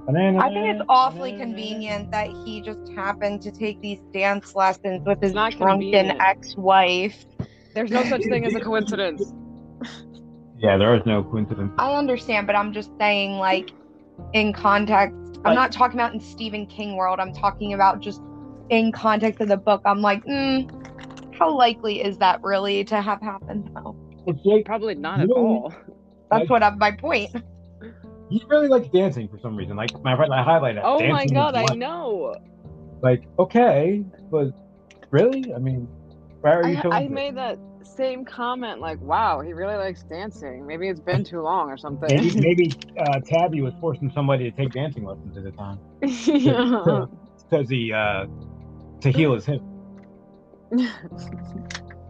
Speaker 3: I think it's awfully convenient that he just happened to take these dance lessons with his
Speaker 2: not
Speaker 3: drunken
Speaker 2: convenient.
Speaker 3: ex-wife.
Speaker 2: There's no such thing as a coincidence.
Speaker 1: Yeah, there is no coincidence.
Speaker 3: I understand, but I'm just saying, like, in context, I'm
Speaker 1: Like-
Speaker 3: not talking about in Stephen King world. I'm talking about just in context of the book. I'm like, mm, how likely is that really to have happened? Though?
Speaker 1: It's like
Speaker 2: Probably not
Speaker 1: You
Speaker 2: at
Speaker 1: don't-
Speaker 2: all.
Speaker 3: That's
Speaker 1: Like-
Speaker 3: what I'm, my point.
Speaker 1: he really likes dancing for some reason. Like my friend, I highlighted. it.
Speaker 2: Oh my
Speaker 1: Dancing
Speaker 2: god,
Speaker 1: is
Speaker 2: I
Speaker 1: one-
Speaker 2: know.
Speaker 1: Like okay, but really, I mean, why are you
Speaker 2: I,
Speaker 1: so?
Speaker 2: I
Speaker 1: into it?
Speaker 2: made that same comment like, wow, he really likes dancing. Maybe it's been too long or
Speaker 1: Maybe,
Speaker 2: something.
Speaker 1: maybe uh, Tabby was forcing somebody to take dancing lessons at the time
Speaker 2: [laughs]
Speaker 1: [laughs]
Speaker 2: Yeah.
Speaker 1: because he uh, to heal his hip.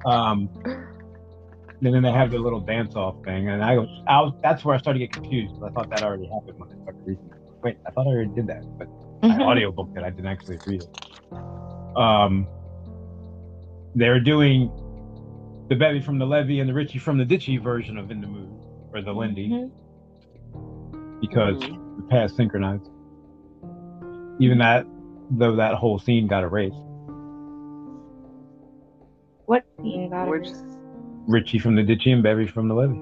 Speaker 1: Um, and then they have their little dance off thing, and I was, I was that's where I started to get confused. 'cause I thought that already happened when I started reading. it. Wait, I thought I already did that, but I
Speaker 3: Mm-hmm.
Speaker 1: audiobooked it. I didn't actually read it. Um, they were doing the Betty from the Levy and the Richie from the Ditchy version of In the Mood or the Lindy
Speaker 3: Mhm.
Speaker 1: because
Speaker 2: Hmm.
Speaker 3: Mm-hmm.
Speaker 1: the past synchronized. Even that, though, that whole scene got erased.
Speaker 3: What scene got
Speaker 2: Which
Speaker 3: erased?
Speaker 1: Richie from the Ditchy and Bevy from the Levy.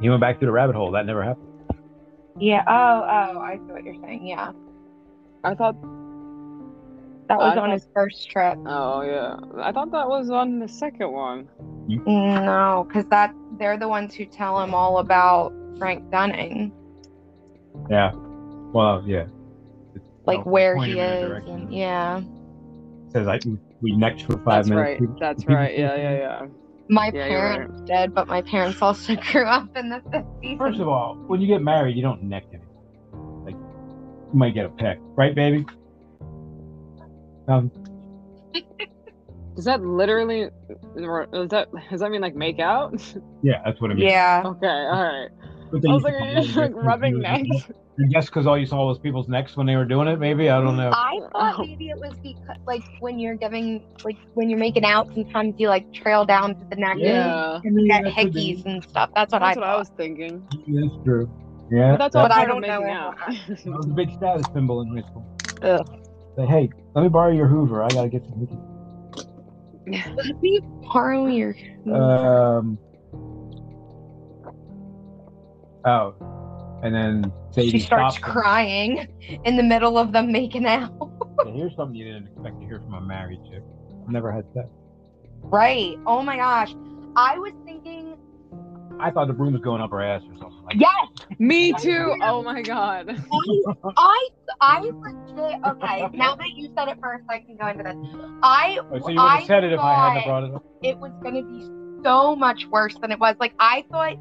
Speaker 1: He went back through the rabbit hole. That never happened.
Speaker 3: Yeah. Oh, oh, I see what you're saying. Yeah,
Speaker 2: I thought,
Speaker 3: that
Speaker 2: I
Speaker 3: was on
Speaker 2: don't-
Speaker 3: his first trip.
Speaker 2: oh yeah, I thought that was on the second one.
Speaker 3: No, because that they're the ones who tell him all about Frank Dunning,
Speaker 1: Yeah. Well, yeah. It's-
Speaker 3: like
Speaker 1: no,
Speaker 3: where
Speaker 1: Oh, point him
Speaker 3: he
Speaker 1: in a
Speaker 3: is.
Speaker 1: direction.
Speaker 3: And, yeah.
Speaker 1: Says like we- we necked for five
Speaker 2: That's
Speaker 1: minutes.
Speaker 2: right. That's
Speaker 1: people
Speaker 2: right.
Speaker 1: think
Speaker 2: Yeah, yeah, yeah.
Speaker 3: My
Speaker 2: Yeah, you're right.
Speaker 3: parents did, but my parents also [laughs] grew up in the 50s.
Speaker 1: First of all, when you get married, you don't neck anything. Like you might get a peck, right, baby? Um,
Speaker 2: Does that literally? Does that does that mean like make out? [laughs]
Speaker 1: yeah, that's what I mean.
Speaker 3: yeah.
Speaker 2: Okay, all right.
Speaker 1: But
Speaker 2: I
Speaker 1: then
Speaker 2: was
Speaker 1: you
Speaker 2: like,
Speaker 1: can
Speaker 2: are you just like
Speaker 1: probably get
Speaker 2: rubbing
Speaker 1: confused.
Speaker 2: necks?
Speaker 1: I guess because all you saw was people's necks when they were doing it. Maybe I don't know.
Speaker 3: I thought
Speaker 2: Oh.
Speaker 3: maybe it was because, like, when you're giving, like, when you're making out, sometimes you, like, trail down to the neck
Speaker 2: Yeah,
Speaker 1: I mean,
Speaker 3: and get
Speaker 1: that could be-
Speaker 3: hickeys and stuff. That's what
Speaker 2: that's
Speaker 3: I
Speaker 2: what I
Speaker 3: thought.
Speaker 2: was thinking.
Speaker 1: That's true. Yeah.
Speaker 2: But that's
Speaker 1: that-
Speaker 2: all
Speaker 3: But I
Speaker 2: part of
Speaker 3: don't
Speaker 2: making
Speaker 3: know.
Speaker 2: out.
Speaker 1: That was a big status symbol in high school.
Speaker 3: Ugh.
Speaker 1: Say, hey, let me borrow your Hoover. I gotta get some hickeys.
Speaker 3: Let me borrow your.
Speaker 1: Um. Oh, and then Sadie
Speaker 3: she
Speaker 1: stops
Speaker 3: starts
Speaker 1: him.
Speaker 3: crying in the middle of them making out. [laughs]
Speaker 1: Yeah, Here's something you didn't expect to hear from a married chick. I've never had sex.
Speaker 3: Right. Oh my gosh. I was thinking,
Speaker 1: I thought the broom was going up her ass or something. Like,
Speaker 3: yes,
Speaker 2: [laughs] Me too. Oh my god.
Speaker 3: I, I legit. Okay, now that you said it first, I can go into this. I,
Speaker 1: Oh, so you would have
Speaker 3: I
Speaker 1: said it if I hadn't
Speaker 3: thought-
Speaker 1: brought it up.
Speaker 3: it was gonna be so much worse than it was. Like I thought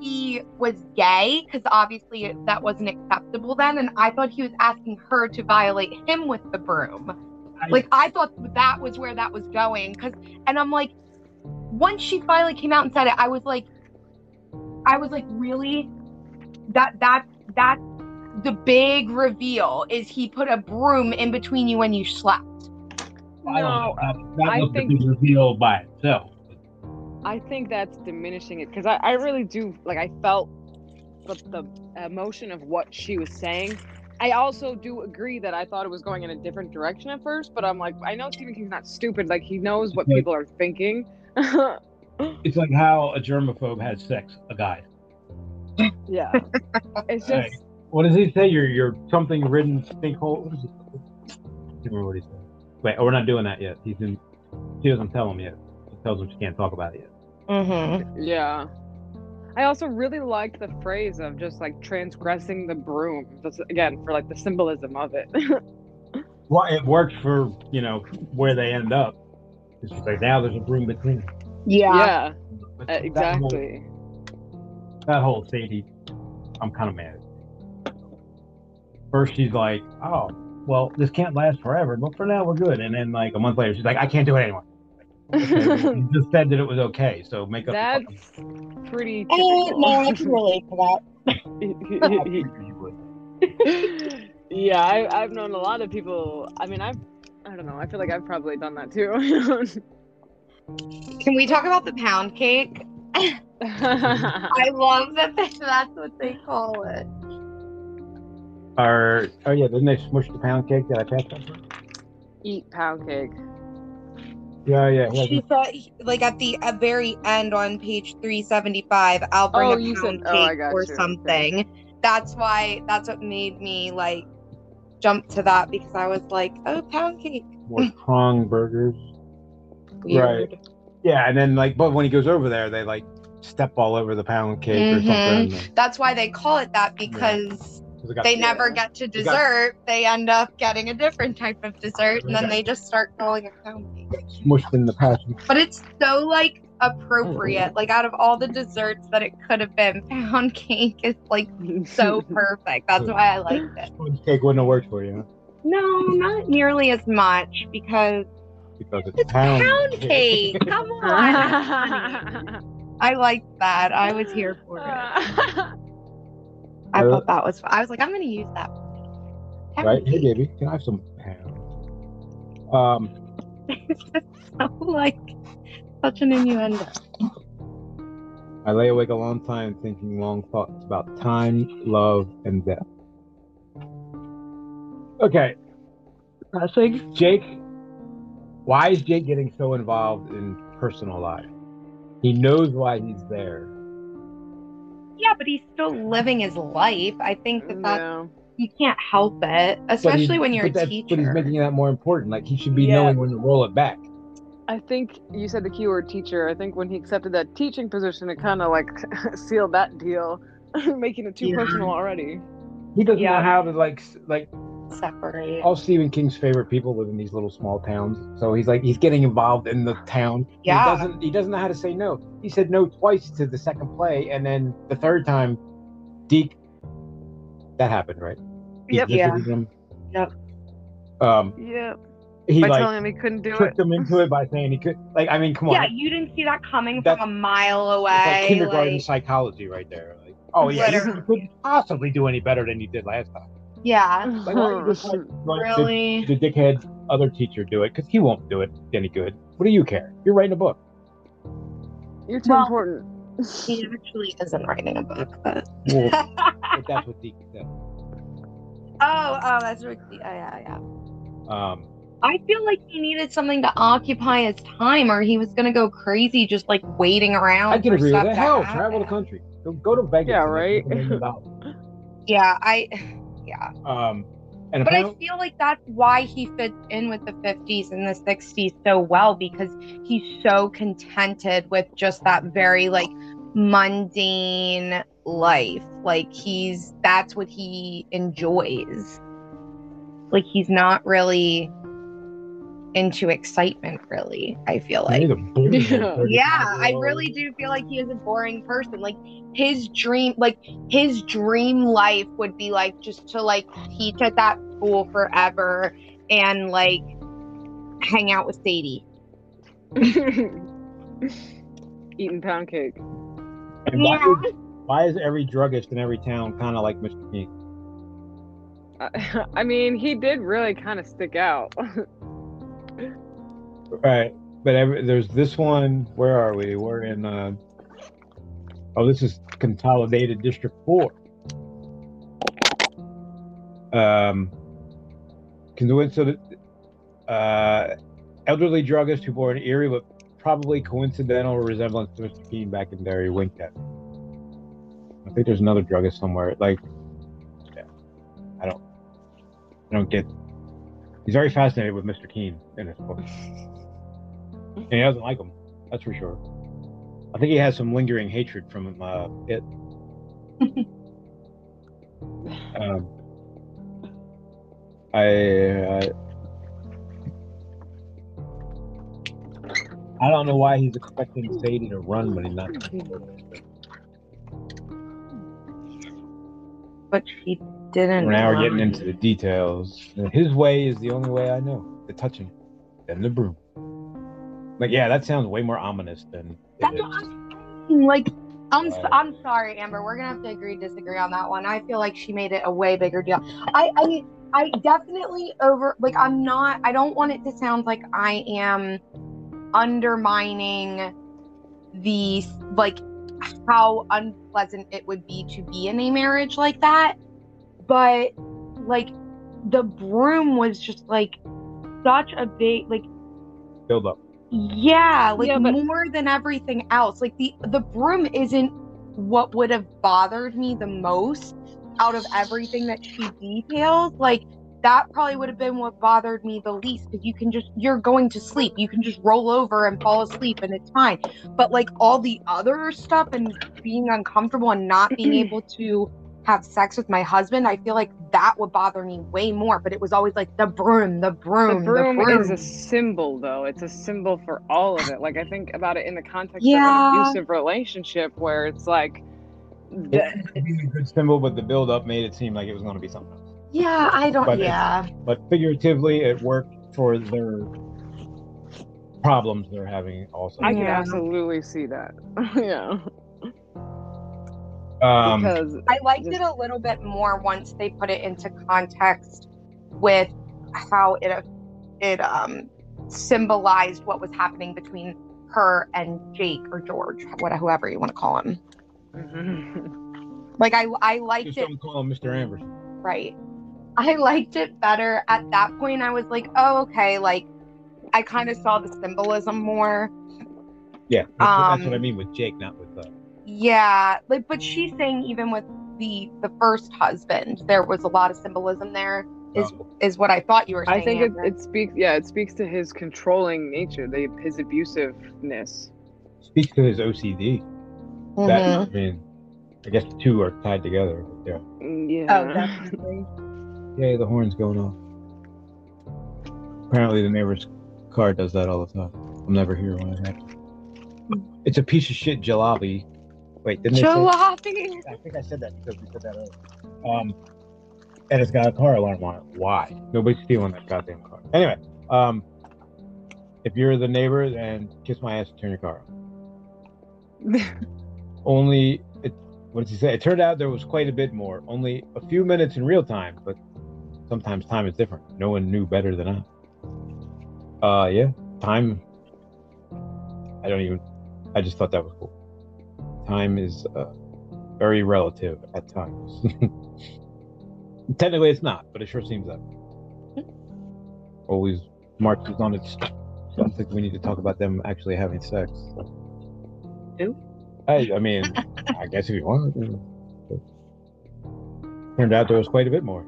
Speaker 3: he was gay because obviously that wasn't acceptable then, and I thought he was asking her to violate him with the broom.
Speaker 1: I-
Speaker 3: Like I thought that was where that was going. Cause, and I'm like, once she finally came out and said it, I was like, I was like, really? That that that the big reveal is he put a broom in between you when you slept.
Speaker 1: I don't
Speaker 2: No,
Speaker 1: know. That- that
Speaker 2: I
Speaker 1: must have
Speaker 2: think-
Speaker 1: been revealed by itself.
Speaker 2: I think that's diminishing it because I, I really do like I felt the, the emotion of what she was saying. I also do agree that I thought it was going in a different direction at first, but I'm like, I know Stephen King's not stupid. Like he knows what
Speaker 1: Yeah.
Speaker 2: people are thinking. [laughs]
Speaker 1: It's like how a germaphobe has sex, a guy.
Speaker 2: yeah, it's just.
Speaker 1: Right. What does he say? You're you're something ridden stinkhole. What is it? I can't remember what he said. Wait, oh, we're not doing that yet. He's in. She doesn't tell him yet. She tells him she can't talk about it yet.
Speaker 3: Mm-hmm.
Speaker 2: Yeah. I also really like the phrase of just like transgressing the broom. That's again for like the symbolism of it. [laughs]
Speaker 1: Well, it worked for you know where they end up. It's just like now there's a room between. them.
Speaker 3: Yeah.
Speaker 2: yeah,
Speaker 1: But
Speaker 2: uh,
Speaker 1: that whole-
Speaker 2: exactly.
Speaker 1: that whole Sadie, I'm kind of mad. First, she's like, "Oh, well, this can't last forever, but for now, we're good." And then, like a month later, she's like, "I can't do it
Speaker 3: [laughs]
Speaker 1: anymore." Okay, well, you just said that it was okay, so make up. your fucking-
Speaker 2: That's pretty
Speaker 3: Eh, no, I can
Speaker 2: typical.
Speaker 3: relate to that.
Speaker 2: [laughs]
Speaker 1: You would.
Speaker 2: yeah, I, I've known a lot of people. I mean, I've, I don't know. I feel like I've probably done that too.
Speaker 3: Can we talk about the pound cake? I love that they, that's what they call it.
Speaker 1: Or oh yeah, didn't they smush the pound cake that I passed? Over?
Speaker 2: [laughs] Eat pound cake.
Speaker 1: Yeah, yeah, yeah.
Speaker 3: She said, like at the uh, very end on page 375, I'll bring
Speaker 2: Oh,
Speaker 3: a
Speaker 2: you said-
Speaker 3: pound
Speaker 2: oh, I
Speaker 3: cake
Speaker 2: got
Speaker 3: or
Speaker 2: you. Okay.
Speaker 3: something. That's why, that's what made me like jump to that because I was like, oh, pound cake.
Speaker 1: More prong burgers.
Speaker 3: Weird.
Speaker 2: [laughs]
Speaker 1: Yeah, and then like, but when he goes over there, they like step all over the pound cake or
Speaker 3: Mhm.
Speaker 1: something. and-
Speaker 3: That's why they call it that because
Speaker 1: 'cause it got-
Speaker 3: they
Speaker 2: Yeah.
Speaker 3: never get to
Speaker 1: got-
Speaker 3: dessert. They end up getting a different type of dessert and then
Speaker 1: Okay.
Speaker 3: they just start calling it pound cake.
Speaker 1: smushed in the passion.
Speaker 3: But it's so like
Speaker 1: Oh.
Speaker 3: appropriate. Like out of all the desserts that it could have been, [laughs] pound cake is like
Speaker 1: [laughs]
Speaker 2: [laughs]
Speaker 3: so perfect. That's why I liked it.
Speaker 1: Sponge cake wouldn't have worked for you. huh?
Speaker 3: No, not nearly as much because
Speaker 1: Because it's,
Speaker 3: it's
Speaker 1: pound,
Speaker 3: pound, cake.
Speaker 1: [laughs]
Speaker 3: Come on.
Speaker 2: I
Speaker 3: I liked that. I was here for it. I thought that was I was like, I'm gonna use that. Pound
Speaker 1: Right? Hey,
Speaker 3: cake
Speaker 1: baby, can I have some pound? Um,
Speaker 3: [laughs] is just so like such an innuendo.
Speaker 1: I lay awake a long time thinking long thoughts about time, love, and death. Okay. I think Jake, why is Jake getting so involved in personal life? He knows why he's there.
Speaker 3: Yeah, but he's still living his life. I think that that
Speaker 2: No.
Speaker 3: you can't help it,
Speaker 1: but he-
Speaker 3: especially when you're
Speaker 1: but
Speaker 3: a
Speaker 1: that's-
Speaker 3: teacher.
Speaker 1: But he's making that more important. Like, he should be
Speaker 2: Yeah.
Speaker 1: knowing when to roll it back.
Speaker 2: I think you said the keyword teacher. I think when he accepted that teaching position, it kind of like [laughs] sealed that deal, [laughs] making it too
Speaker 3: Yeah.
Speaker 2: personal already.
Speaker 1: He doesn't
Speaker 3: Yeah.
Speaker 1: know how to, like, s- like
Speaker 3: separate.
Speaker 1: all Stephen King's favorite people live in these little small towns. So he's like he's getting involved in the town.
Speaker 3: Yeah.
Speaker 1: He doesn't he doesn't know how to say no. He said no twice to the second play and then the third time Deke that happened, right? He
Speaker 2: Yep.
Speaker 3: Yeah.
Speaker 1: visited him.
Speaker 3: Yep.
Speaker 1: Um
Speaker 2: Yeah.
Speaker 1: he
Speaker 2: By
Speaker 1: like
Speaker 2: telling him he couldn't do it.
Speaker 1: tricked him into it by saying he could like I mean come on.
Speaker 3: yeah,
Speaker 1: that's-
Speaker 3: you didn't see that coming
Speaker 1: That's-
Speaker 3: from a mile away.
Speaker 1: it's like kindergarten
Speaker 3: like-
Speaker 1: psychology right there. Like, oh yeah, you
Speaker 3: Literally.
Speaker 1: couldn't possibly do any better than you did last time.
Speaker 3: yeah,
Speaker 1: Like, why
Speaker 2: [laughs]
Speaker 1: don't you just, like, like, the-
Speaker 3: really.
Speaker 1: the dickhead other teacher do it because he won't do it any good. What do you care? You're writing a book.
Speaker 2: You're too
Speaker 3: Well-
Speaker 2: important. [laughs]
Speaker 3: He actually isn't writing a book, but
Speaker 1: Well,
Speaker 3: oh,
Speaker 1: but that's what Deke said.
Speaker 3: oh, that's really. Oh, yeah, yeah.
Speaker 1: Um,
Speaker 3: I feel like he needed something to occupy his time, or he was gonna go crazy just like waiting around.
Speaker 1: I can
Speaker 3: for
Speaker 1: agree with
Speaker 3: stuff
Speaker 1: that.
Speaker 3: to
Speaker 1: Hell,
Speaker 3: happen.
Speaker 1: travel the country. Go, go to Vegas.
Speaker 2: Yeah,
Speaker 1: and make
Speaker 2: right?
Speaker 1: a million dollars.
Speaker 3: Yeah, I. Yeah,
Speaker 1: um, and
Speaker 3: but I
Speaker 1: apparently,
Speaker 3: feel like that's why he fits in with the 50s and the 60s so well because he's so contented with just that very like mundane life. Like he's that's what he enjoys. Like he's not really into excitement really, I feel like.
Speaker 1: he's a bull-
Speaker 2: [laughs] Yeah.
Speaker 3: Yeah, I
Speaker 1: 35-year-old.
Speaker 3: really do feel like he is a boring person. Like his dream, like his dream life would be like just to like teach at that school forever and like hang out with Sadie.
Speaker 2: [laughs] Eating pound cake.
Speaker 1: And why,
Speaker 3: Yeah.
Speaker 1: is, why is every druggist in every town kind of like Mr. King?
Speaker 2: I, [laughs] I mean, he did really kind of stick out.
Speaker 1: Right. But every, there's this one. Where are we? We're in. Uh, Oh, this is Consolidated District Four. Um, coincident, uh, elderly druggist who bore an eerie but probably coincidental resemblance to Mr. Keene back in Derry winked at me. I think there's another druggist somewhere. Like, yeah, I don't, I don't get. He's very fascinated with Mr. Keene in this book, and he doesn't like him. That's for sure. I think he has some lingering hatred from uh,
Speaker 3: [laughs]
Speaker 1: it. um, I, uh, I I don't know why he's expecting Sadie to run when he's not.
Speaker 3: But she didn't.
Speaker 1: We're now we're
Speaker 3: run.
Speaker 1: getting into the details. His way is the only way I know. The touching, then the broom. Like, yeah, that sounds way more ominous than. it
Speaker 3: That's
Speaker 1: is.
Speaker 3: what I'm saying. Like, I'm s
Speaker 1: Right.
Speaker 3: am sorry, Amber. We're gonna have to agree to disagree on that one. I feel like she made it a way bigger deal. I I, I definitely over like I'm not. I don't want it to sound like I am undermining the like how unpleasant it would be to be in a marriage like that, but like the broom was just like such a big like
Speaker 1: Build up.
Speaker 3: yeah, like
Speaker 2: Yeah, but-
Speaker 3: more than everything else. Like the the broom isn't what would have bothered me the most out of everything that she details. Like that probably would have been what bothered me the least because you can just you're going to sleep. You can just roll over and fall asleep and it's fine. But like all the other stuff and being uncomfortable and
Speaker 2: [clears throat]
Speaker 3: not being able to have sex with my husband, I feel like that would bother me way more. But it was always like the broom, Oh, the
Speaker 2: The
Speaker 3: broom,
Speaker 2: broom,
Speaker 3: the broom.
Speaker 2: is a symbol, though. It's a symbol for all of it. Like I think about it in the context of
Speaker 3: Yeah.
Speaker 2: an abusive relationship, where it's like, the,
Speaker 1: It could be a good symbol, but the build up made it seem like it was going to be something else.
Speaker 3: yeah, I don't
Speaker 1: But it's-
Speaker 3: yeah.
Speaker 1: But figuratively, it worked for their problems they're having. Also,
Speaker 2: I can
Speaker 3: Yeah.
Speaker 2: absolutely see that. [laughs] yeah,
Speaker 1: um,
Speaker 3: [laughs]
Speaker 2: because
Speaker 3: I liked
Speaker 2: Just-
Speaker 3: it a little bit more once they put it into context with how it it um symbolized what was happening between her and Jake or George, what whoever you want to call him. Like I I liked
Speaker 1: just
Speaker 3: it
Speaker 1: don't call him Mr. Amber.
Speaker 3: right. I liked it better at that point. I was like, oh okay, like I kind of saw the symbolism more.
Speaker 1: Yeah, that's, what- that's
Speaker 3: Um,
Speaker 1: what I mean with Jake, not with. Uh,
Speaker 3: Yeah, like but she's saying even with the the first husband, there was a lot of symbolism there. Is
Speaker 1: Rumble.
Speaker 3: is what I thought you were saying.
Speaker 2: I think it,
Speaker 3: Amber.
Speaker 2: it speaks. Yeah, it speaks to his controlling nature, the, his abusiveness.
Speaker 1: speaks to his OCD. That
Speaker 3: Mm-hmm.
Speaker 1: I mean, I guess the two are tied together. but Yeah.
Speaker 2: Yeah.
Speaker 3: Oh,
Speaker 1: [laughs]
Speaker 2: Mm-hmm.
Speaker 3: definitely.
Speaker 1: Yay, the horn's going off. Apparently, the neighbor's car does that all the time. I'm never here when it happens. It's a piece of shit jalopy. Wait, didn't they
Speaker 3: Jalopy.
Speaker 1: say? I think I said that because we said that earlier. Um, and it's got a car alarm on it. Why? Nobody's stealing that goddamn car. Anyway, um, if you're the neighbor, then kiss my ass and turn your car. off. [laughs] Only, it, what did he say? It turned out there was quite a bit more. Only a few minutes in real time, but sometimes time is different. No one knew better than I. Uh, yeah, time. I don't even. I just thought that was cool. Time is uh, very relative at times. [laughs] Technically, it's not, but it sure seems that. way. Always marches on its. So I think we need to talk about them actually having sex.
Speaker 2: Who?
Speaker 1: I, I mean, I guess if you want. you know. Turned out there was quite a bit more.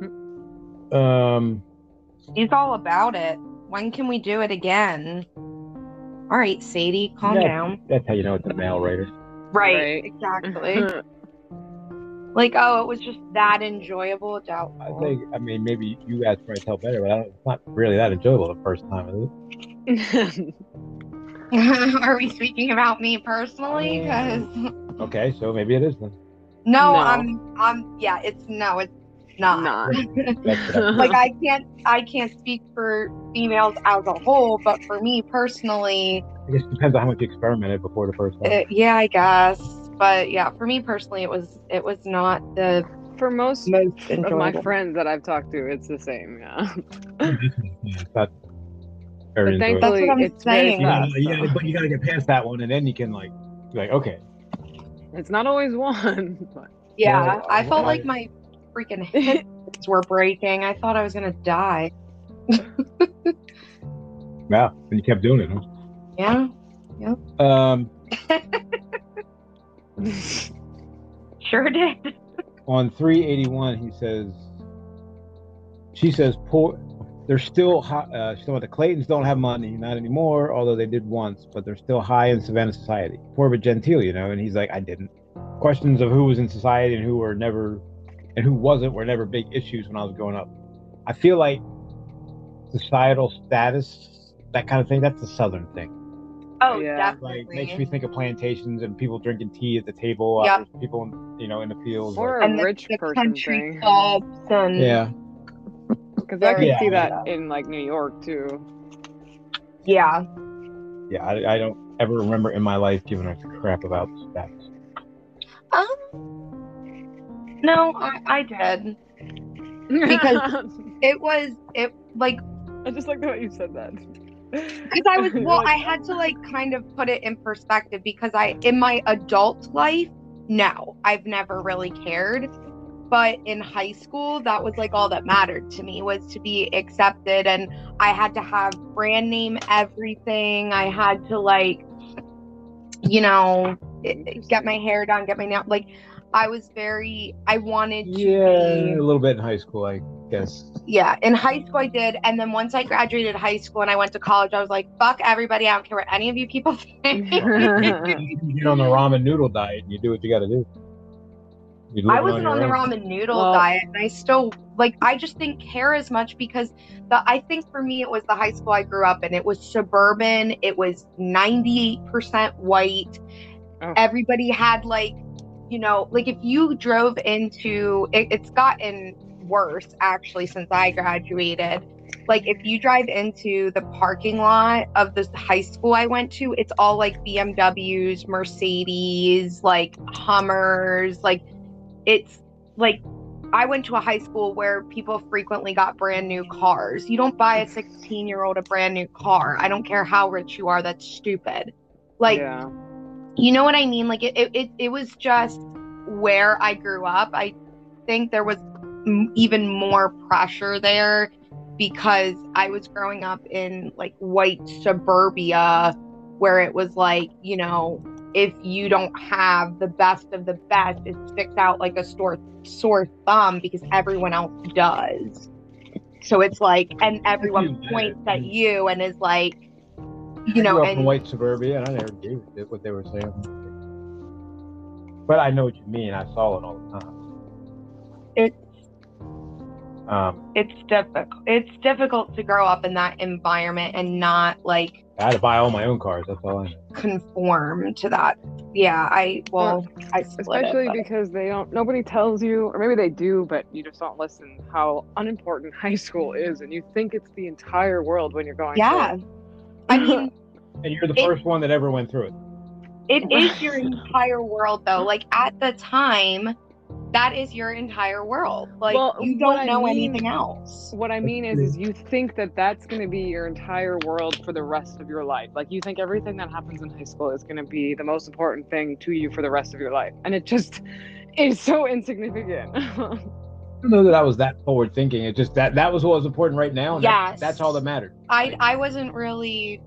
Speaker 2: [laughs]
Speaker 1: Um,
Speaker 3: He's all about it. When can we do it again? All right, Sadie, calm
Speaker 1: Yeah.
Speaker 3: down.
Speaker 1: that's how you know it's a male writer.
Speaker 2: Right. Mm-hmm.
Speaker 3: Exactly. like, oh, it was just that enjoyable. Doubt.
Speaker 1: I think, I mean, maybe you guys probably tell better, but I don't, it's not really that enjoyable the first time, is it?
Speaker 3: [laughs] Are we speaking about me personally?
Speaker 2: [laughs]
Speaker 3: 'Cause-
Speaker 1: Okay, so maybe it is then.
Speaker 3: no,
Speaker 2: No.
Speaker 3: I'm. I'm. Yeah, it's no, it's not.
Speaker 2: Not.
Speaker 1: That's what I-
Speaker 3: [laughs] Like I can't. I can't speak for females as a whole, but for me personally,
Speaker 1: I guess it depends on how much you experimented before the first time.
Speaker 3: Uh, yeah, I guess. But yeah, for me personally, it was it was not the
Speaker 2: For most of
Speaker 3: most enjoyable.
Speaker 2: my friends that I've talked to, it's the same. Yeah.
Speaker 1: [laughs]
Speaker 2: [laughs]
Speaker 1: Yeah, it's not very
Speaker 2: But
Speaker 1: enjoyable.
Speaker 2: thankfully,
Speaker 3: That's what I'm
Speaker 2: it's very
Speaker 3: saying.
Speaker 1: You gotta,
Speaker 2: fast,
Speaker 1: you gotta-
Speaker 2: so.
Speaker 1: but you gotta get past that one, and then you can like like okay,
Speaker 2: It's not always one. [laughs] But
Speaker 3: Yeah,
Speaker 1: Well,
Speaker 3: I felt
Speaker 1: why-
Speaker 3: like my freaking hips were breaking. I thought I was gonna die.
Speaker 1: yeah, and you kept doing it. huh?
Speaker 3: Yeah,
Speaker 1: Um,
Speaker 3: sure did.
Speaker 2: [laughs]
Speaker 1: on 381 he says she says poor they're still high uh, she's talking about the claytons don't have money not anymore although they did once but they're still high in savannah society poor but genteel you know and he's like i didn't questions of who was in society and who were never and who wasn't were never big issues when i was growing up i feel like societal status that kind of thing that's a southern thing
Speaker 3: Oh,
Speaker 2: Yeah.
Speaker 3: definitely.
Speaker 1: like makes me think of plantations and people drinking tea at the table
Speaker 3: Yeah.
Speaker 1: uh, people in, you know in the fields
Speaker 2: or
Speaker 1: like-
Speaker 2: a
Speaker 3: and the-
Speaker 2: rich
Speaker 3: the
Speaker 2: person
Speaker 3: country
Speaker 2: thing.
Speaker 3: clubs and
Speaker 1: yeah
Speaker 2: Because I could
Speaker 1: Yeah.
Speaker 2: see that in like New York too.
Speaker 3: yeah,
Speaker 1: yeah, I, I don't ever remember in my life giving a crap about that.
Speaker 3: Um, no, I, I did. Because- It was it like
Speaker 2: [laughs] I just like the way you said that.
Speaker 3: because I
Speaker 2: [laughs]
Speaker 3: was well, I had to like kind of put it in perspective because I in my adult life, no, I've never really cared. But in high school, that was like all that mattered to me was to be accepted and I had to have brand name everything. I had to like you know,
Speaker 2: [laughs]
Speaker 3: get my hair done, get my nail like I was very I wanted to be
Speaker 1: a little bit in high school, I guess.
Speaker 3: [laughs] yeah, in high school I did, and then once I graduated high school and I went to college, I was like, "Fuck everybody! I don't care what any of you people [laughs]
Speaker 2: Oh, Mm-hmm.
Speaker 3: think."
Speaker 1: You get on the ramen noodle diet and you do what you got to do. You live
Speaker 3: I
Speaker 1: it
Speaker 3: wasn't
Speaker 1: your
Speaker 3: on the
Speaker 1: own.
Speaker 3: ramen noodle
Speaker 2: Well-
Speaker 3: diet, and I still like I just didn't care as much because the I think for me it was the high school I grew up in. It was suburban. It was ninety eight percent white.
Speaker 2: Oh.
Speaker 3: Everybody had like, you know, like if you drove into it, it's gotten worse actually since I graduated. Like if you drive into the parking lot of the high school I went to, it's all like BMWs, Mercedes, like Hummers, like it's like I went to a high school where people frequently got brand new cars. You don't buy a 16 year old a brand new car. I don't care how rich you are. That's stupid. Like,
Speaker 2: yeah.
Speaker 3: you know what I mean? Like, it, it, it, it was just where I grew up. I think there was m- even more pressure there because I was growing up in like white suburbia where it was like, you know, if you don't have the best of the best, it sticks out like a sore sore thumb because everyone else does. So it's like, and everyone
Speaker 1: you
Speaker 3: points
Speaker 1: did.
Speaker 3: at you and is like,
Speaker 1: I
Speaker 3: you know,
Speaker 1: grew up in
Speaker 3: and
Speaker 1: white suburbia, and I never did with what they were saying. But I know what you mean. I saw it all the time.
Speaker 3: It-
Speaker 1: Um,
Speaker 3: it's difficult. It's difficult to grow up in that environment and not like
Speaker 1: I had to buy all my own cars. That's all I know.
Speaker 3: conform to that. Yeah, I well, I split
Speaker 2: Especially
Speaker 3: it, but-
Speaker 2: because they don't. Nobody tells you, or maybe they do, but you just don't listen. How unimportant [laughs] high school is, and you think it's the entire world when you're going.
Speaker 3: yeah.
Speaker 2: through it.
Speaker 3: I mean,
Speaker 1: And you're the
Speaker 3: It-
Speaker 1: first one that ever went through it.
Speaker 2: [laughs]
Speaker 3: it is your entire world though. Like at the time, that is your entire world. Like
Speaker 2: Well,
Speaker 3: you
Speaker 2: what I
Speaker 3: don't know
Speaker 2: mean-
Speaker 3: anything else.
Speaker 2: What I mean is, is you think that that's going to be your entire world for the rest of your life. Like you think everything that happens in high school is going to be the most important thing to you for the rest of your life, and it just [laughs] is so insignificant. [laughs]
Speaker 1: I don't know that I was that forward thinking. It just that that was what was important right now. And that-
Speaker 3: Yes.
Speaker 1: that's all that mattered.
Speaker 3: I I wasn't really.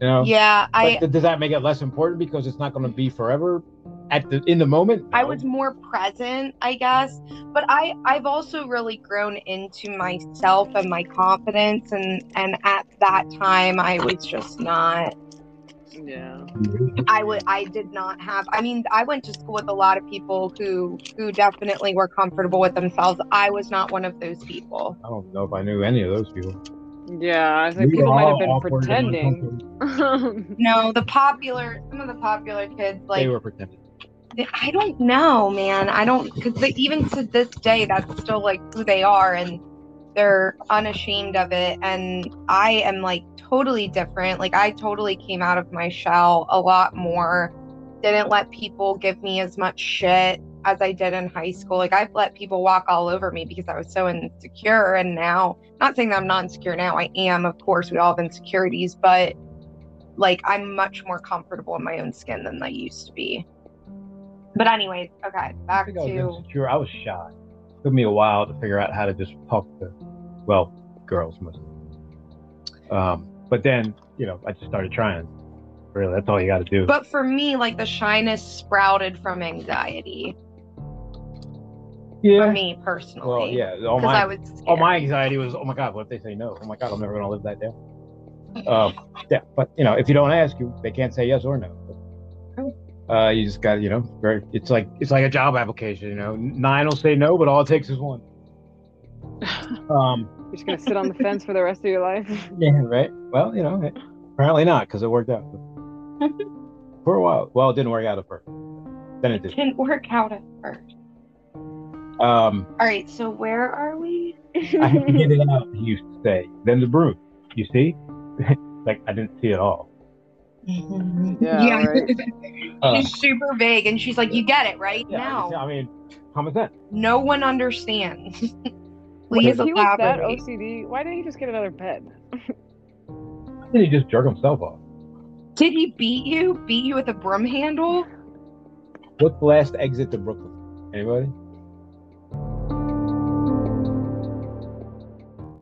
Speaker 1: You know.
Speaker 3: Yeah,
Speaker 1: Oh. But
Speaker 3: I
Speaker 1: th- does that make it less important because it's not going to be forever at the in the moment?
Speaker 3: I
Speaker 1: No.
Speaker 3: was more present, I guess. But I I've also really grown into myself and my confidence and and at that time I was just not
Speaker 2: yeah.
Speaker 3: I would I did not have I mean I went to school with a lot of people who who definitely were comfortable with themselves. I was not one of those people.
Speaker 1: I don't know if I knew any of those people.
Speaker 2: Yeah, I think
Speaker 1: We
Speaker 2: people
Speaker 1: were
Speaker 2: might
Speaker 1: all
Speaker 2: have been
Speaker 1: awkward and
Speaker 2: pretending.
Speaker 1: uncomfortable.
Speaker 3: No, the popular some of the popular kids like
Speaker 1: they were pretending.
Speaker 3: th- I don't know, man. I don't because even to this day, that's still like who they are, and they're unashamed of it. And I am like totally different. Like I totally came out of my shell a lot more. Didn't let people give me as much shit as I did in high school. Like I've let people walk all over me because I was so insecure. And now, not saying that I'm not insecure now. I am, of course. We all have insecurities, but like I'm much more comfortable in my own skin than I used to be. But anyways, okay,
Speaker 1: I
Speaker 3: back
Speaker 1: think I was
Speaker 3: to
Speaker 1: insecure. I was shy. took me a while to figure out how to just talk to, well, girls mostly. Um, but then, you know, I just started trying. Really, that's all you got to do.
Speaker 3: but for me, like the shyness sprouted from anxiety for
Speaker 1: yeah.
Speaker 3: me personally.
Speaker 1: Well, yeah. All
Speaker 3: Because
Speaker 1: my,
Speaker 3: I was
Speaker 1: all
Speaker 3: scared.
Speaker 1: my anxiety was, oh my God, what if they say no? Oh my God, I'm never going to live that down. Um, yeah, but you know, if you don't ask, you they can't say yes or no. Uh, you just got, to you know, very. It's like it's like a job application. You know, nine will say no, but all it takes is one. Um,
Speaker 2: [laughs] You're just gonna sit on the fence for the rest of your life.
Speaker 1: Yeah, right. Well, you know, it- apparently not because it worked out for a while. Well, it didn't work out at first. Then it
Speaker 3: it
Speaker 1: did.
Speaker 3: didn't work out at first.
Speaker 1: Um,
Speaker 3: All right, so where are we?
Speaker 1: I had to get it out. He used to say. Then the broom. You see? [laughs] like I didn't see it all.
Speaker 2: Mm-hmm. Yeah, right.
Speaker 1: Uh,
Speaker 3: [laughs] she's super vague, and she's like, "You get it right
Speaker 1: yeah, I
Speaker 3: now.
Speaker 1: just- I mean, common sense.
Speaker 3: No one understands." [laughs]
Speaker 2: if
Speaker 3: Please
Speaker 2: he was that
Speaker 3: elaborate.
Speaker 2: OCD, why didn't he just get another pet?
Speaker 1: Why did he just jerk himself off?
Speaker 3: Did he beat you? Beat you with a broom handle?
Speaker 1: What's the last exit to Brooklyn? Anybody?